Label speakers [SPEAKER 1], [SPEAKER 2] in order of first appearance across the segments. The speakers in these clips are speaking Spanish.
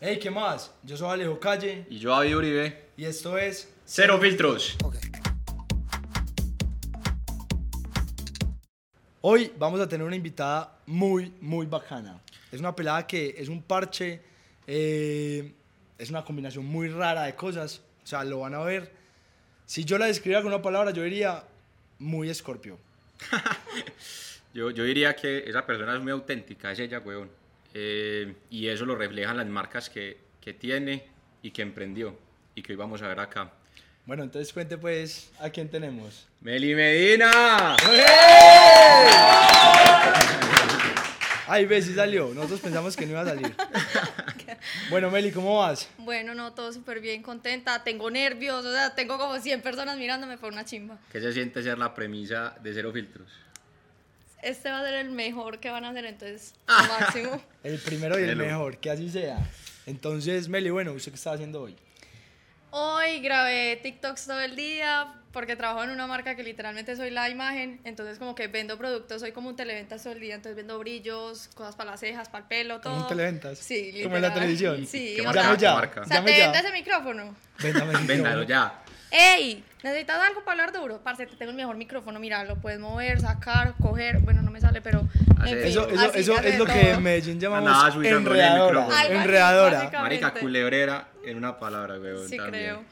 [SPEAKER 1] Hey, ¿qué más? Yo soy Alejo Calle
[SPEAKER 2] Y yo, David Uribe.
[SPEAKER 1] y esto es
[SPEAKER 2] Cero filtros.
[SPEAKER 1] Hoy vamos a tener una invitada muy, muy bacana. Es una pelada que es un parche, eh, es una combinación muy rara de cosas. O sea, lo van a ver. Si yo la describiera con una palabra, yo diría muy escorpio.
[SPEAKER 2] Yo, yo diría que esa persona es muy auténtica, es ella, weón. Eh, y eso lo reflejan las marcas que, que tiene y que emprendió. Y que hoy vamos a ver acá.
[SPEAKER 1] Bueno, entonces cuente pues a quién tenemos.
[SPEAKER 2] ¡Meli Medina!
[SPEAKER 1] Ay, ve, sí salió. Nosotros pensamos que no iba a salir. Bueno, Meli, ¿cómo vas?
[SPEAKER 3] Bueno, no, todo súper bien, contenta, tengo nervios, o sea, tengo como 100 personas mirándome por una chimba.
[SPEAKER 2] ¿Qué se siente ser la premisa de Cero Filtros?
[SPEAKER 3] Este va a ser el mejor que van a hacer, entonces, lo máximo.
[SPEAKER 1] El primero y el
[SPEAKER 2] Melo.
[SPEAKER 1] mejor, que así sea. Entonces, Meli, bueno, ¿usted qué está haciendo hoy?
[SPEAKER 3] Hoy grabé TikToks todo el día porque trabajo en una marca que literalmente soy la imagen, entonces como que vendo productos, soy como un televentas todo el día, entonces vendo brillos, cosas para las cejas, para el pelo, todo.
[SPEAKER 1] ¿Como un televentas?
[SPEAKER 3] Sí, literal.
[SPEAKER 1] Como en la televisión.
[SPEAKER 3] Sí,
[SPEAKER 2] ¿Qué
[SPEAKER 3] o
[SPEAKER 2] marca?
[SPEAKER 3] sea,
[SPEAKER 1] Llame ya.
[SPEAKER 2] ¿Qué marca?
[SPEAKER 3] o sea,
[SPEAKER 1] Llame
[SPEAKER 3] te
[SPEAKER 1] ya.
[SPEAKER 3] vendes el micrófono.
[SPEAKER 1] Véndame el
[SPEAKER 2] Véndalo
[SPEAKER 1] micrófono.
[SPEAKER 2] ya.
[SPEAKER 3] ¡Ey! ¿Necesitas algo para hablar duro? Parce, te tengo el mejor micrófono, mira, lo puedes mover, sacar, coger, bueno, no me sale, pero...
[SPEAKER 2] Hace
[SPEAKER 3] en fin,
[SPEAKER 1] Eso, eso,
[SPEAKER 3] así
[SPEAKER 1] eso
[SPEAKER 3] se hace
[SPEAKER 1] es lo
[SPEAKER 3] de
[SPEAKER 1] que
[SPEAKER 3] todo.
[SPEAKER 1] en Medellín
[SPEAKER 2] Andaba
[SPEAKER 1] llamamos
[SPEAKER 2] subitándole el
[SPEAKER 1] enredadora.
[SPEAKER 2] micrófono.
[SPEAKER 3] Algo así,
[SPEAKER 1] Enredadora.
[SPEAKER 3] básicamente.
[SPEAKER 2] Marica culebrera en una palabra, weón.
[SPEAKER 3] Sí,
[SPEAKER 2] también.
[SPEAKER 3] creo.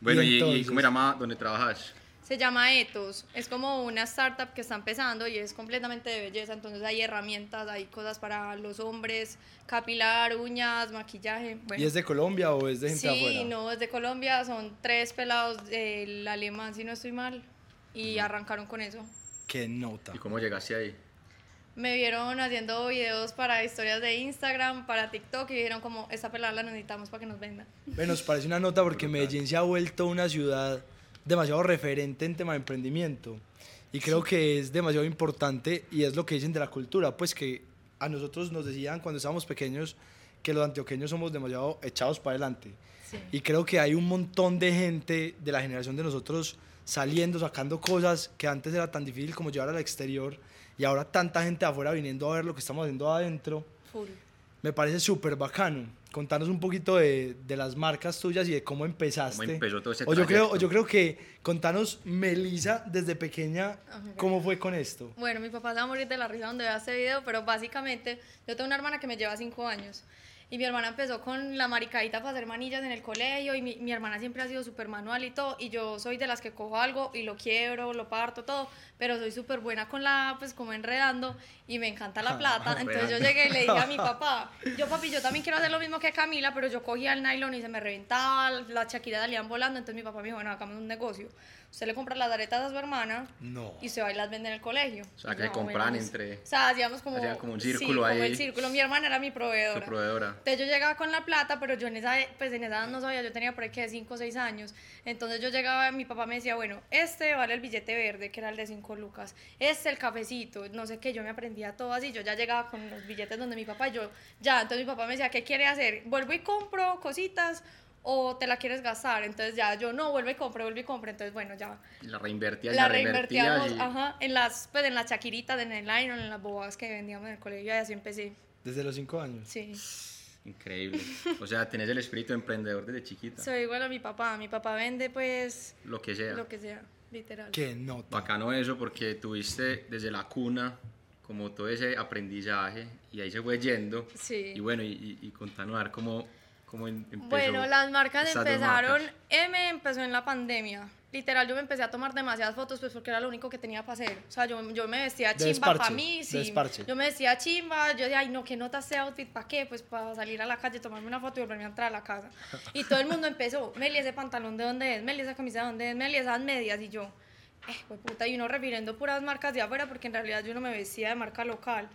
[SPEAKER 2] Bueno,
[SPEAKER 1] Y
[SPEAKER 2] y, y,
[SPEAKER 1] entonces.
[SPEAKER 2] cómo era más donde trabajas?
[SPEAKER 3] Se llama Ethos. Es como una startup que está empezando y es completamente de belleza. Entonces hay herramientas, hay cosas para los hombres, capilar, uñas, maquillaje. Bueno.
[SPEAKER 1] ¿Y es de Colombia o es de gente
[SPEAKER 3] sí,
[SPEAKER 1] afuera?
[SPEAKER 3] no, es de Colombia. Son tres pelados del alemán, si no estoy mal. Y arrancaron con eso.
[SPEAKER 1] Qué nota.
[SPEAKER 2] ¿Y cómo llegaste ahí?
[SPEAKER 3] Me vieron haciendo videos para historias de Instagram, para TikTok y dijeron como, esta pelada la necesitamos para que nos venda.
[SPEAKER 1] Bueno, nos parece una nota porque Medellín se ha vuelto una ciudad demasiado referente en tema de emprendimiento. Y creo que es demasiado importante y es lo que dicen de la cultura, pues que a nosotros nos decían cuando estábamos pequeños que los antioqueños somos demasiado echados para adelante.
[SPEAKER 3] Sí.
[SPEAKER 1] Y creo que hay un montón de gente de la generación de nosotros saliendo, sacando cosas que antes era tan difícil como llevar al exterior y ahora tanta gente de afuera viniendo a ver lo que estamos haciendo adentro.
[SPEAKER 3] Full.
[SPEAKER 1] Me parece súper bacano. Contanos un poquito de, de las marcas tuyas y de cómo empezaste.
[SPEAKER 2] ¿Cómo empezó todo ese
[SPEAKER 1] o yo creo,
[SPEAKER 2] trayecto?
[SPEAKER 1] o yo creo que contanos, Melisa, desde pequeña,
[SPEAKER 3] Ajá.
[SPEAKER 1] cómo fue con esto.
[SPEAKER 3] Bueno, mi papá se va a morir de la risa donde vea este video, pero básicamente yo tengo una hermana que me lleva cinco años. Y mi hermana empezó con la maricadita para hacer manillas en el colegio y mi, mi hermana siempre ha sido súper manual y todo. Y yo soy de las que cojo algo y lo quiebro, lo parto, todo. Pero soy súper buena con la, pues como enredando y me encanta la plata. Entonces yo llegué y le dije a mi papá, yo papi, yo también quiero hacer lo mismo que Camila, pero yo cogía el nylon y se me reventaba, las chaquiras salían volando. Entonces mi papá me dijo, bueno, hagamos un negocio. Usted le compra las aretas a su hermana
[SPEAKER 1] No.
[SPEAKER 3] y se va y las vende en el colegio.
[SPEAKER 2] O sea, que
[SPEAKER 3] Más
[SPEAKER 2] compran
[SPEAKER 3] menos.
[SPEAKER 2] entre-
[SPEAKER 3] O sea, hacíamos como,
[SPEAKER 2] hacían como un
[SPEAKER 3] sí,
[SPEAKER 2] círculo
[SPEAKER 3] como
[SPEAKER 2] ahí.
[SPEAKER 3] el círculo. Mi hermana era mi proveedora.
[SPEAKER 2] Tu proveedora.
[SPEAKER 3] Entonces yo llegaba con la plata, pero yo en esa, pues en esa edad no sabía, yo tenía por ahí que 5 o 6 años. Entonces yo llegaba, mi papá me decía, bueno, este vale el billete verde, que era el de 5 lucas, este el cafecito, no sé qué, yo me aprendía todo así, yo ya llegaba con los billetes donde mi papá, y yo ya, entonces mi papá me decía, ¿qué quiere hacer? ¿Vuelvo y compro cositas o te la quieres gastar? Entonces ya yo, no, vuelvo y compro, vuelvo y compro, entonces bueno, ya
[SPEAKER 2] La reinvertías,
[SPEAKER 3] la
[SPEAKER 2] la, reinvertías.
[SPEAKER 3] reinvertíamos
[SPEAKER 2] y-
[SPEAKER 3] ajá, en las pues en las chaquiritas en el nylon en las bobadas que vendíamos en el colegio y así empecé
[SPEAKER 1] Desde los cinco años.
[SPEAKER 3] sí
[SPEAKER 2] Increíble. O sea, tenés el espíritu emprendedor desde chiquita.
[SPEAKER 3] soy igual a mi papá mi papá vende pues
[SPEAKER 2] Lo que sea.
[SPEAKER 3] lo que sea literal
[SPEAKER 1] Qué nota.
[SPEAKER 2] Bacano eso porque tuviste desde la cuna como todo ese aprendizaje y ahí se fue yendo.
[SPEAKER 3] Sí.
[SPEAKER 2] Y bueno, y, y, y contanos a ver cómo, cómo em- empezó.
[SPEAKER 3] Bueno, las marcas
[SPEAKER 2] estas dos
[SPEAKER 3] empezaron.
[SPEAKER 2] marcas.
[SPEAKER 3] M empezó en la pandemia. Literal, yo me empecé a tomar demasiadas fotos, pues porque era lo único que tenía para hacer. O sea, yo, yo me vestía
[SPEAKER 1] De
[SPEAKER 3] chimba para
[SPEAKER 1] desparche,
[SPEAKER 3] mí,
[SPEAKER 1] de
[SPEAKER 3] sí.
[SPEAKER 1] desparche.
[SPEAKER 3] Yo me vestía chimba, yo decía, ay, no, qué nota ese outfit, ¿para qué? Pues para salir a la calle, tomarme una foto y volverme a entrar a la casa. Y todo el mundo empezó, Meli, ese pantalón de dónde es, Meli, esa camisa de dónde es, Meli, esas medias. Y yo, eh, puta, y uno refiriendo puras marcas de afuera, porque en realidad yo no me vestía de marca local.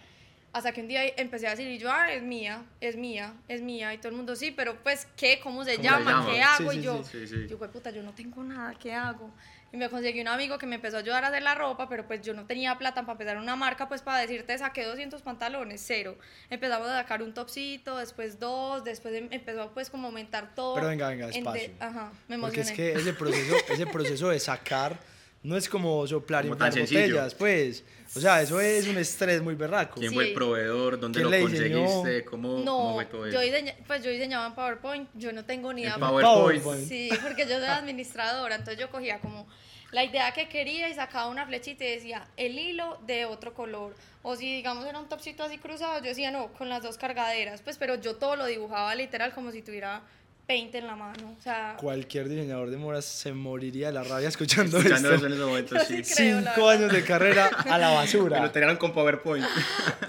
[SPEAKER 3] Hasta que un día empecé a decir, y yo, ah, es mía, es mía, es mía. Y todo el mundo, sí, pero pues, ¿qué? ¿Cómo se
[SPEAKER 2] ¿Cómo se
[SPEAKER 3] llama?
[SPEAKER 2] llama?
[SPEAKER 3] ¿Qué hago?
[SPEAKER 1] Sí,
[SPEAKER 3] y
[SPEAKER 1] sí,
[SPEAKER 3] yo,
[SPEAKER 2] sí, sí.
[SPEAKER 3] yo, puta, yo no tengo nada, ¿qué hago? Y me conseguí un amigo que me empezó a ayudar a hacer la ropa, pero pues yo no tenía plata para empezar una marca, pues para decirte, saqué 200 pantalones, cero. Empezamos a sacar un topsito, después dos, después em- empezó pues como a aumentar todo.
[SPEAKER 1] Pero venga, venga,
[SPEAKER 3] En de-
[SPEAKER 1] despacio.
[SPEAKER 3] ajá, me emocioné.
[SPEAKER 1] Porque es que ese proceso, ese proceso de sacar No es como soplar y
[SPEAKER 2] Como tan
[SPEAKER 1] inflar
[SPEAKER 2] sencillo.
[SPEAKER 1] botellas, pues. O sea, eso es un estrés muy berraco.
[SPEAKER 2] ¿Quién
[SPEAKER 3] Sí.
[SPEAKER 2] fue el proveedor? ¿Dónde
[SPEAKER 1] ¿Quién
[SPEAKER 2] lo
[SPEAKER 1] le diseñó?
[SPEAKER 2] conseguiste? ¿Cómo, cómo
[SPEAKER 3] No,
[SPEAKER 2] fue todo eso?
[SPEAKER 3] yo diseña- pues yo diseñaba en PowerPoint, yo no tengo ni
[SPEAKER 2] En
[SPEAKER 3] idea.
[SPEAKER 2] PowerPoint. Ah.
[SPEAKER 1] PowerPoint.
[SPEAKER 3] Sí, porque yo soy administradora, entonces yo cogía como la idea que quería y sacaba una flechita y decía el hilo de otro color. O si, digamos, era un topsito así cruzado, yo decía no, con las dos cargaderas. Pues, pero yo todo lo dibujaba literal como si tuviera paint en la mano. O sea,
[SPEAKER 1] Cualquier diseñador de moras se moriría de la rabia escuchando,
[SPEAKER 2] Escuchando eso
[SPEAKER 1] esto.
[SPEAKER 2] en ese momento,
[SPEAKER 3] Yo
[SPEAKER 2] sí.
[SPEAKER 3] sí creo, la
[SPEAKER 1] Cinco
[SPEAKER 3] verdad.
[SPEAKER 1] años de carrera a la
[SPEAKER 2] Me lo
[SPEAKER 1] basura.
[SPEAKER 2] entregaron con PowerPoint.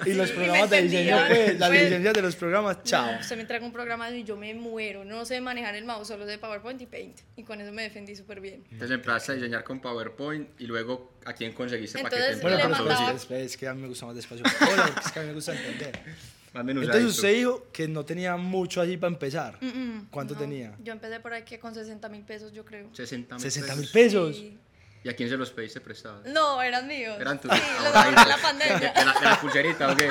[SPEAKER 1] Y los
[SPEAKER 3] Sí,
[SPEAKER 1] programas
[SPEAKER 3] me
[SPEAKER 1] de diseño,
[SPEAKER 3] entendía.
[SPEAKER 1] pues, las
[SPEAKER 3] Pues-
[SPEAKER 1] licencias de los programas, chao.
[SPEAKER 3] No, se me entrega un programa y yo me muero. No sé manejar el mouse, solo sé PowerPoint y paint. Y con eso me defendí súper bien.
[SPEAKER 2] Entonces empezaste a diseñar con PowerPoint y luego a quién conseguiste
[SPEAKER 3] Entonces,
[SPEAKER 1] Bueno,
[SPEAKER 3] le
[SPEAKER 1] pero
[SPEAKER 2] para que te
[SPEAKER 3] mandaba-
[SPEAKER 1] espera, espera, es que a mí me gusta más despacio. Hola, es que a mí me gusta entender.
[SPEAKER 2] Más menusadito.
[SPEAKER 1] Entonces usted dijo que no tenía mucho allí para empezar.
[SPEAKER 3] Mm,
[SPEAKER 1] ¿Cuánto
[SPEAKER 3] no.
[SPEAKER 1] tenía?
[SPEAKER 3] Yo empecé por ahí que con 60 mil pesos, yo creo.
[SPEAKER 2] 60
[SPEAKER 1] 60 mil
[SPEAKER 2] pesos.
[SPEAKER 1] pesos.
[SPEAKER 3] Sí.
[SPEAKER 2] ¿Y a quién se los pediste prestados?
[SPEAKER 3] No, eran míos.
[SPEAKER 2] Eran Ah, tus.
[SPEAKER 3] Sí, los agarré en la pandemia.
[SPEAKER 2] ¿De la, de la pulserita o qué?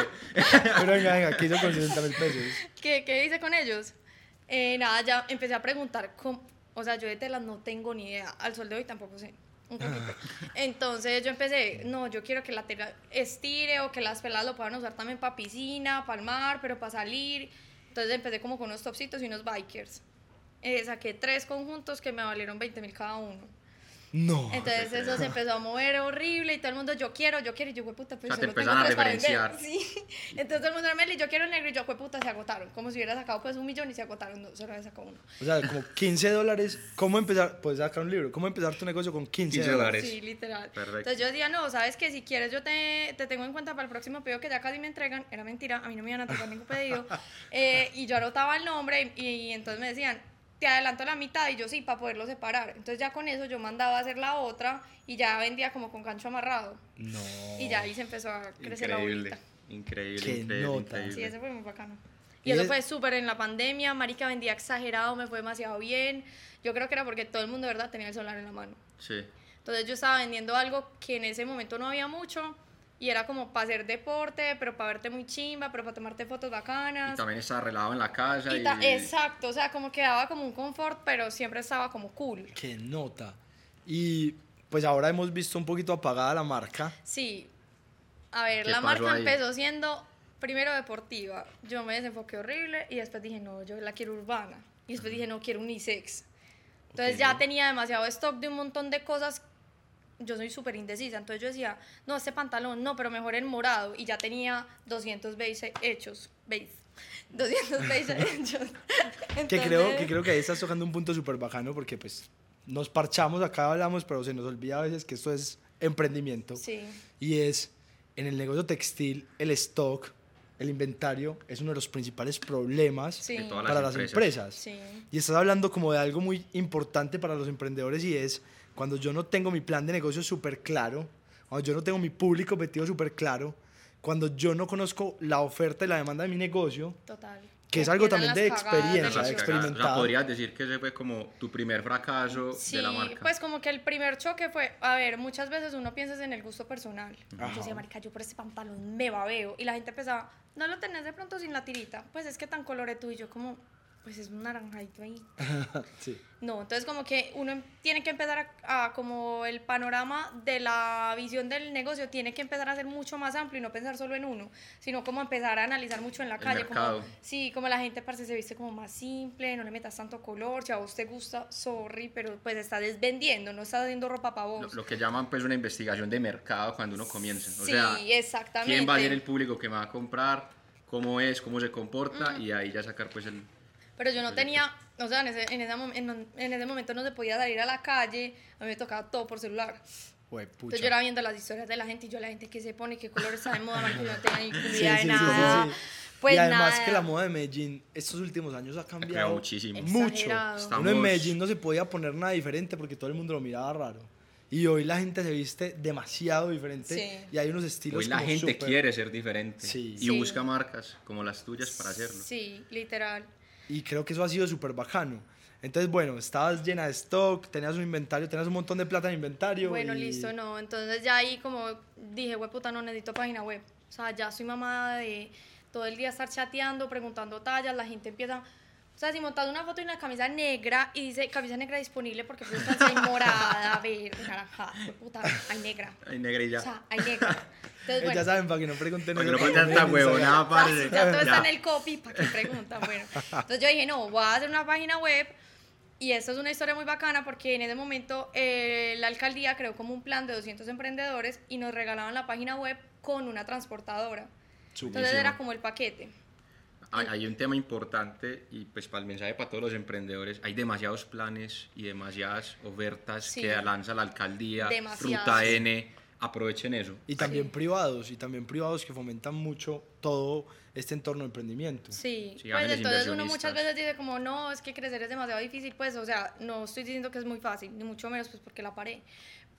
[SPEAKER 1] Pero venga, venga, ¿qué hizo con 60 mil pesos?
[SPEAKER 3] ¿Qué, qué hice con ellos? Eh, nada, ya empecé a preguntar. cómo- o sea, yo de telas no tengo ni idea. Al sol de hoy tampoco sé. Un poquito. Entonces yo empecé, no, yo quiero que la tela estire o que las peladas lo puedan usar también para piscina, para el mar, pero para salir. Entonces empecé como con unos topsitos y unos bikers. Eh, saqué tres conjuntos que me valieron 20 mil cada uno.
[SPEAKER 1] No.
[SPEAKER 3] Entonces eso se empezó a mover horrible y todo el mundo, yo quiero, yo quiero, y yo, puta, pero
[SPEAKER 2] O sea, te
[SPEAKER 3] si no tengo
[SPEAKER 2] empezaron a
[SPEAKER 3] tres para vender".
[SPEAKER 2] referenciar.
[SPEAKER 3] Sí. Entonces todo el mundo era Meli, yo quiero el negro, y yo, puta, se agotaron. Como si hubiera sacado pues un millón y se agotaron, no, solo había sacado uno.
[SPEAKER 1] O sea, como 15 dólares. ¿Cómo empezar? Puedes sacar un libro. ¿Cómo empezar tu negocio con 15,
[SPEAKER 2] 15
[SPEAKER 1] dólares?
[SPEAKER 2] Tres.
[SPEAKER 3] Sí, literal.
[SPEAKER 2] Perfecto.
[SPEAKER 3] Entonces yo decía, no, sabes que si quieres yo te, te tengo en cuenta para el próximo pedido que ya casi me entregan. Era mentira, a mí no me iban a tocar ningún pedido. Eh, y yo anotaba el nombre y, y entonces me decían, te adelanto la mitad y yo sí, para poderlo separar. Entonces ya con eso yo mandaba a hacer la otra y ya vendía como con gancho amarrado.
[SPEAKER 1] No.
[SPEAKER 3] Y ya ahí se empezó a crecer la
[SPEAKER 2] Increíble.
[SPEAKER 3] bolita.
[SPEAKER 2] Increíble,
[SPEAKER 1] Qué
[SPEAKER 2] increíble,
[SPEAKER 1] nota.
[SPEAKER 2] increíble.
[SPEAKER 3] Sí, eso fue muy bacano.
[SPEAKER 1] Y
[SPEAKER 3] Y eso
[SPEAKER 1] es-
[SPEAKER 3] fue súper en la pandemia, marica vendía exagerado, me fue demasiado bien. Yo creo que era porque todo el mundo, de verdad, tenía el celular en la mano.
[SPEAKER 2] Sí.
[SPEAKER 3] Entonces yo estaba vendiendo algo que en ese momento no había mucho y era como para hacer deporte, pero para verte muy chimba, pero para tomarte fotos
[SPEAKER 2] Y
[SPEAKER 3] bacanas.
[SPEAKER 2] también estaba relajado en la casa.
[SPEAKER 3] Y ta-
[SPEAKER 2] y-
[SPEAKER 3] Exacto, o sea, como que daba como un confort, pero siempre estaba como cool.
[SPEAKER 1] Qué nota. Y pues ahora hemos visto un poquito apagada la marca.
[SPEAKER 3] Sí. A ver,
[SPEAKER 2] ¿Qué
[SPEAKER 3] la
[SPEAKER 2] pasó
[SPEAKER 3] marca
[SPEAKER 2] ahí?
[SPEAKER 3] empezó siendo primero deportiva. Yo me desenfoqué horrible y después dije, no, yo la quiero urbana. Y después dije, no, quiero unisex. Entonces
[SPEAKER 2] Ok.
[SPEAKER 3] ya tenía demasiado stock de un montón de cosas. Yo soy súper indecisa. Entonces yo decía, no, este pantalón, no, pero mejor el morado. Y ya tenía 200 beige hechos. Beige. 200 beige hechos.
[SPEAKER 1] Que
[SPEAKER 3] Entonces-
[SPEAKER 1] creo, que creo que ahí estás tocando un punto súper bacano porque pues nos parchamos, acá hablamos, pero se nos olvida a veces que esto es emprendimiento.
[SPEAKER 3] Sí.
[SPEAKER 1] Y es, en el negocio textil, el stock, el inventario, es uno de los principales problemas
[SPEAKER 3] Sí.
[SPEAKER 2] de todas
[SPEAKER 1] para las empresas.
[SPEAKER 3] Sí.
[SPEAKER 1] Y estás hablando como de algo muy importante para los emprendedores y es cuando yo no tengo mi plan de negocio súper claro, cuando yo no tengo mi público objetivo súper claro, cuando yo no conozco la oferta y la demanda de mi negocio,
[SPEAKER 3] Total.
[SPEAKER 1] Que es algo
[SPEAKER 3] Empiezan
[SPEAKER 1] también
[SPEAKER 3] las
[SPEAKER 1] de
[SPEAKER 3] cagadas
[SPEAKER 1] experiencia,
[SPEAKER 2] Las
[SPEAKER 1] de
[SPEAKER 3] negocio.
[SPEAKER 2] cagadas. O sea,
[SPEAKER 1] experimentado.
[SPEAKER 2] podrías decir que ese fue como tu primer fracaso
[SPEAKER 3] Sí,
[SPEAKER 2] de la marca.
[SPEAKER 3] pues como que el primer choque fue, a ver, muchas veces uno piensa en el gusto personal.
[SPEAKER 1] Ajá.
[SPEAKER 3] Yo decía, marica, yo por ese pantalón me babeo. Y la gente pensaba, no lo tenés de pronto sin la tirita. Pues es que tan colore tú y yo como, pues es un naranjadito ahí.
[SPEAKER 1] sí.
[SPEAKER 3] No, entonces como que uno em- tiene que empezar a, a como el panorama de la visión del negocio tiene que empezar a ser mucho más amplio y no pensar solo en uno, sino como empezar a analizar mucho en la
[SPEAKER 2] El
[SPEAKER 3] calle.
[SPEAKER 2] mercado.
[SPEAKER 3] Como, sí, como la gente parece se viste como más simple, no le metas tanto color, si a vos te gusta, sorry, pero pues estás desvendiendo, no estás haciendo ropa para
[SPEAKER 2] lo,
[SPEAKER 3] vos.
[SPEAKER 2] lo que llaman pues una investigación de mercado cuando uno comienza. O
[SPEAKER 3] sí,
[SPEAKER 2] sea,
[SPEAKER 3] exactamente.
[SPEAKER 2] quién va a ser el público que me va a comprar, cómo es, cómo se comporta y ahí ya sacar pues el...
[SPEAKER 3] Pero yo no
[SPEAKER 2] Proyecto.
[SPEAKER 3] tenía, o sea, en ese, en, esa mom- en- en ese momento no se podía salir a la calle, a mí me tocaba todo por celular.
[SPEAKER 1] Juepucha.
[SPEAKER 3] Entonces yo era viendo las historias de la gente y yo la gente que se pone, qué color está de moda, marica, yo no tenía ni
[SPEAKER 1] Sí,
[SPEAKER 3] idea de
[SPEAKER 1] sí, sí,
[SPEAKER 3] nada.
[SPEAKER 1] sí, sí.
[SPEAKER 3] Pues
[SPEAKER 1] y además
[SPEAKER 3] nada.
[SPEAKER 1] que la moda de Medellín estos últimos años ha cambiado
[SPEAKER 2] muchísimo.
[SPEAKER 1] mucho.
[SPEAKER 3] Exagerado.
[SPEAKER 1] Uno en
[SPEAKER 2] Estamos-
[SPEAKER 1] Medellín no se podía poner nada diferente porque todo el mundo lo miraba raro. Y hoy la gente se viste demasiado diferente
[SPEAKER 3] Sí.
[SPEAKER 1] y hay unos estilos
[SPEAKER 2] Hoy la
[SPEAKER 1] como
[SPEAKER 2] gente
[SPEAKER 1] súper-
[SPEAKER 2] quiere ser diferente
[SPEAKER 1] Sí.
[SPEAKER 2] y
[SPEAKER 3] Sí.
[SPEAKER 2] busca marcas como las tuyas para hacerlo.
[SPEAKER 3] Sí, literal.
[SPEAKER 1] Y creo que eso ha sido súper bacano. Entonces, bueno, estabas llena de stock, tenías un inventario, tenías un montón de plata en inventario.
[SPEAKER 3] Bueno,
[SPEAKER 1] y-
[SPEAKER 3] listo, no. Entonces ya ahí como dije, güey, puta, no necesito página web. O sea, ya soy mamada de todo el día estar chateando, preguntando tallas, la gente empieza, O sea, si montas una foto y una camisa negra y dice camisa negra disponible porque preguntan si hay morada, verde, naranja, puta, hay negra.
[SPEAKER 2] Ay, negrilla.
[SPEAKER 3] O sea, hay negra. Entonces,
[SPEAKER 1] Ya
[SPEAKER 3] bueno,
[SPEAKER 1] saben, para que no pregunten.
[SPEAKER 2] Para que
[SPEAKER 1] eso,
[SPEAKER 2] no pregunten
[SPEAKER 1] pregunten en
[SPEAKER 2] esta
[SPEAKER 1] Instagram.
[SPEAKER 2] huevonada,
[SPEAKER 3] Ah,
[SPEAKER 2] parce.
[SPEAKER 3] sí, ya todo está
[SPEAKER 2] Ya.
[SPEAKER 3] en el copy, ¿para qué preguntan? Bueno, entonces yo dije, no, voy a hacer una página web y esto es una historia muy bacana porque en ese momento eh, la alcaldía creó como un plan de 200 emprendedores y nos regalaban la página web con una transportadora. Entonces
[SPEAKER 2] Buenísimo.
[SPEAKER 3] era como el paquete.
[SPEAKER 2] Hay, hay un tema importante y pues para el mensaje para todos los emprendedores, hay demasiados planes y demasiadas ofertas
[SPEAKER 3] Sí.
[SPEAKER 2] que lanza la alcaldía,
[SPEAKER 3] Demasiados.
[SPEAKER 2] Ruta N, aprovechen eso.
[SPEAKER 1] Y también
[SPEAKER 3] Sí.
[SPEAKER 1] privados, y también privados que fomentan mucho todo este entorno de emprendimiento.
[SPEAKER 3] Sí,
[SPEAKER 2] Sí,
[SPEAKER 3] pues
[SPEAKER 2] ángeles
[SPEAKER 3] entonces uno muchas
[SPEAKER 2] inversionistas.
[SPEAKER 3] veces dice como, no, es que crecer es demasiado difícil, pues, o sea, no estoy diciendo que es muy fácil, ni mucho menos, pues, porque la paré,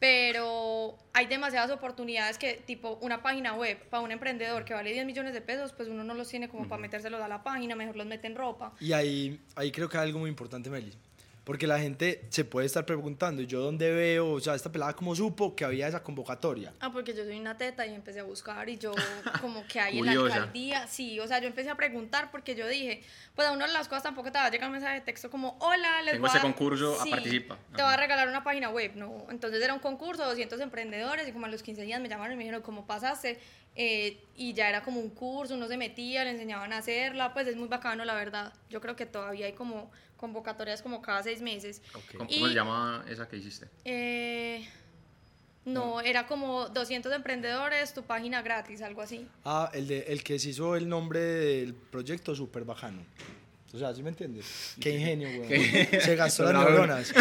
[SPEAKER 3] pero hay demasiadas oportunidades que, tipo, una página web para un emprendedor que vale 10 millones de pesos, pues uno no los tiene como para metérselos a la página, mejor los mete en ropa.
[SPEAKER 1] Y ahí, ahí creo que hay algo muy importante, Meli. Porque la gente se puede estar preguntando, ¿yo dónde veo? O sea, esta pelada, ¿cómo supo que había esa convocatoria?
[SPEAKER 3] Ah, porque yo soy una teta y empecé a buscar y yo como que hay en la
[SPEAKER 2] Curiosa.
[SPEAKER 3] alcaldía, sí, o sea, yo empecé a preguntar porque yo dije, pues a uno de las cosas tampoco te va a llegar un mensaje de texto como, hola, les
[SPEAKER 2] Tengo
[SPEAKER 3] voy
[SPEAKER 2] este
[SPEAKER 3] a-
[SPEAKER 2] concurso, a participa.
[SPEAKER 3] Te va a
[SPEAKER 2] Ajá.
[SPEAKER 3] regalar una página web, ¿no? Entonces era un concurso, 200 emprendedores y como a los 15 días me llamaron y me dijeron, ¿cómo pasaste? Eh, y ya era como un curso, uno se metía, le enseñaban a hacerla, pues es muy bacano, la verdad. Yo creo que todavía hay como convocatorias como cada seis meses.
[SPEAKER 2] ¿Cómo,
[SPEAKER 3] Y-
[SPEAKER 2] cómo se llama esa que hiciste?
[SPEAKER 3] Eh, no, era como 200 emprendedores, tu página gratis, algo así.
[SPEAKER 1] Ah, el, de, el que se hizo el nombre del proyecto, súper bajano. O sea, ¿sí me entiendes? Qué ingenio, güey. Se gastó las
[SPEAKER 2] Bravo.
[SPEAKER 1] neuronas.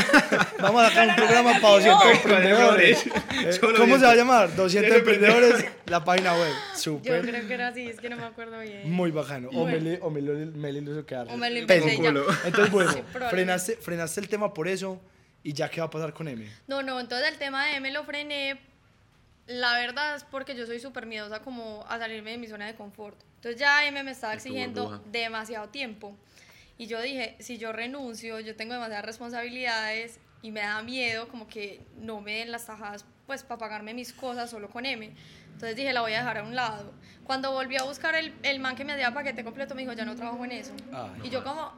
[SPEAKER 1] Vamos a sacar un programa para 200 emprendedores. Eh, ¿Cómo se va a llamar? 200 emprendedores, la página web.
[SPEAKER 3] Yo
[SPEAKER 1] Súper.
[SPEAKER 3] creo que era así, es que no me acuerdo bien.
[SPEAKER 1] Muy bajano. O
[SPEAKER 3] Bueno.
[SPEAKER 1] Meli, o Meli, Meli lo hizo quedar
[SPEAKER 3] O me lo
[SPEAKER 1] pésimo.
[SPEAKER 3] inventé
[SPEAKER 2] Con
[SPEAKER 3] ya.
[SPEAKER 2] culo.
[SPEAKER 1] Entonces, bueno,
[SPEAKER 3] Sí, probablemente.
[SPEAKER 1] frenaste, frenaste el tema por eso y ya qué va a pasar con M.
[SPEAKER 3] No, no, entonces el tema de me lo frené. La verdad es porque yo soy súper miedosa como a salirme de mi zona de confort. Entonces ya M me estaba
[SPEAKER 2] Y tu
[SPEAKER 3] exigiendo
[SPEAKER 2] burbuja.
[SPEAKER 3] demasiado tiempo. Y yo dije, si yo renuncio, yo tengo demasiadas responsabilidades y me da miedo como que no me den las tajadas pues para pagarme mis cosas solo con M. Entonces dije, la voy a dejar a un lado. Cuando volví a buscar el, el man que me hacía paquete completo, me dijo, ya no trabajo en eso.
[SPEAKER 1] Ay,
[SPEAKER 3] y yo como,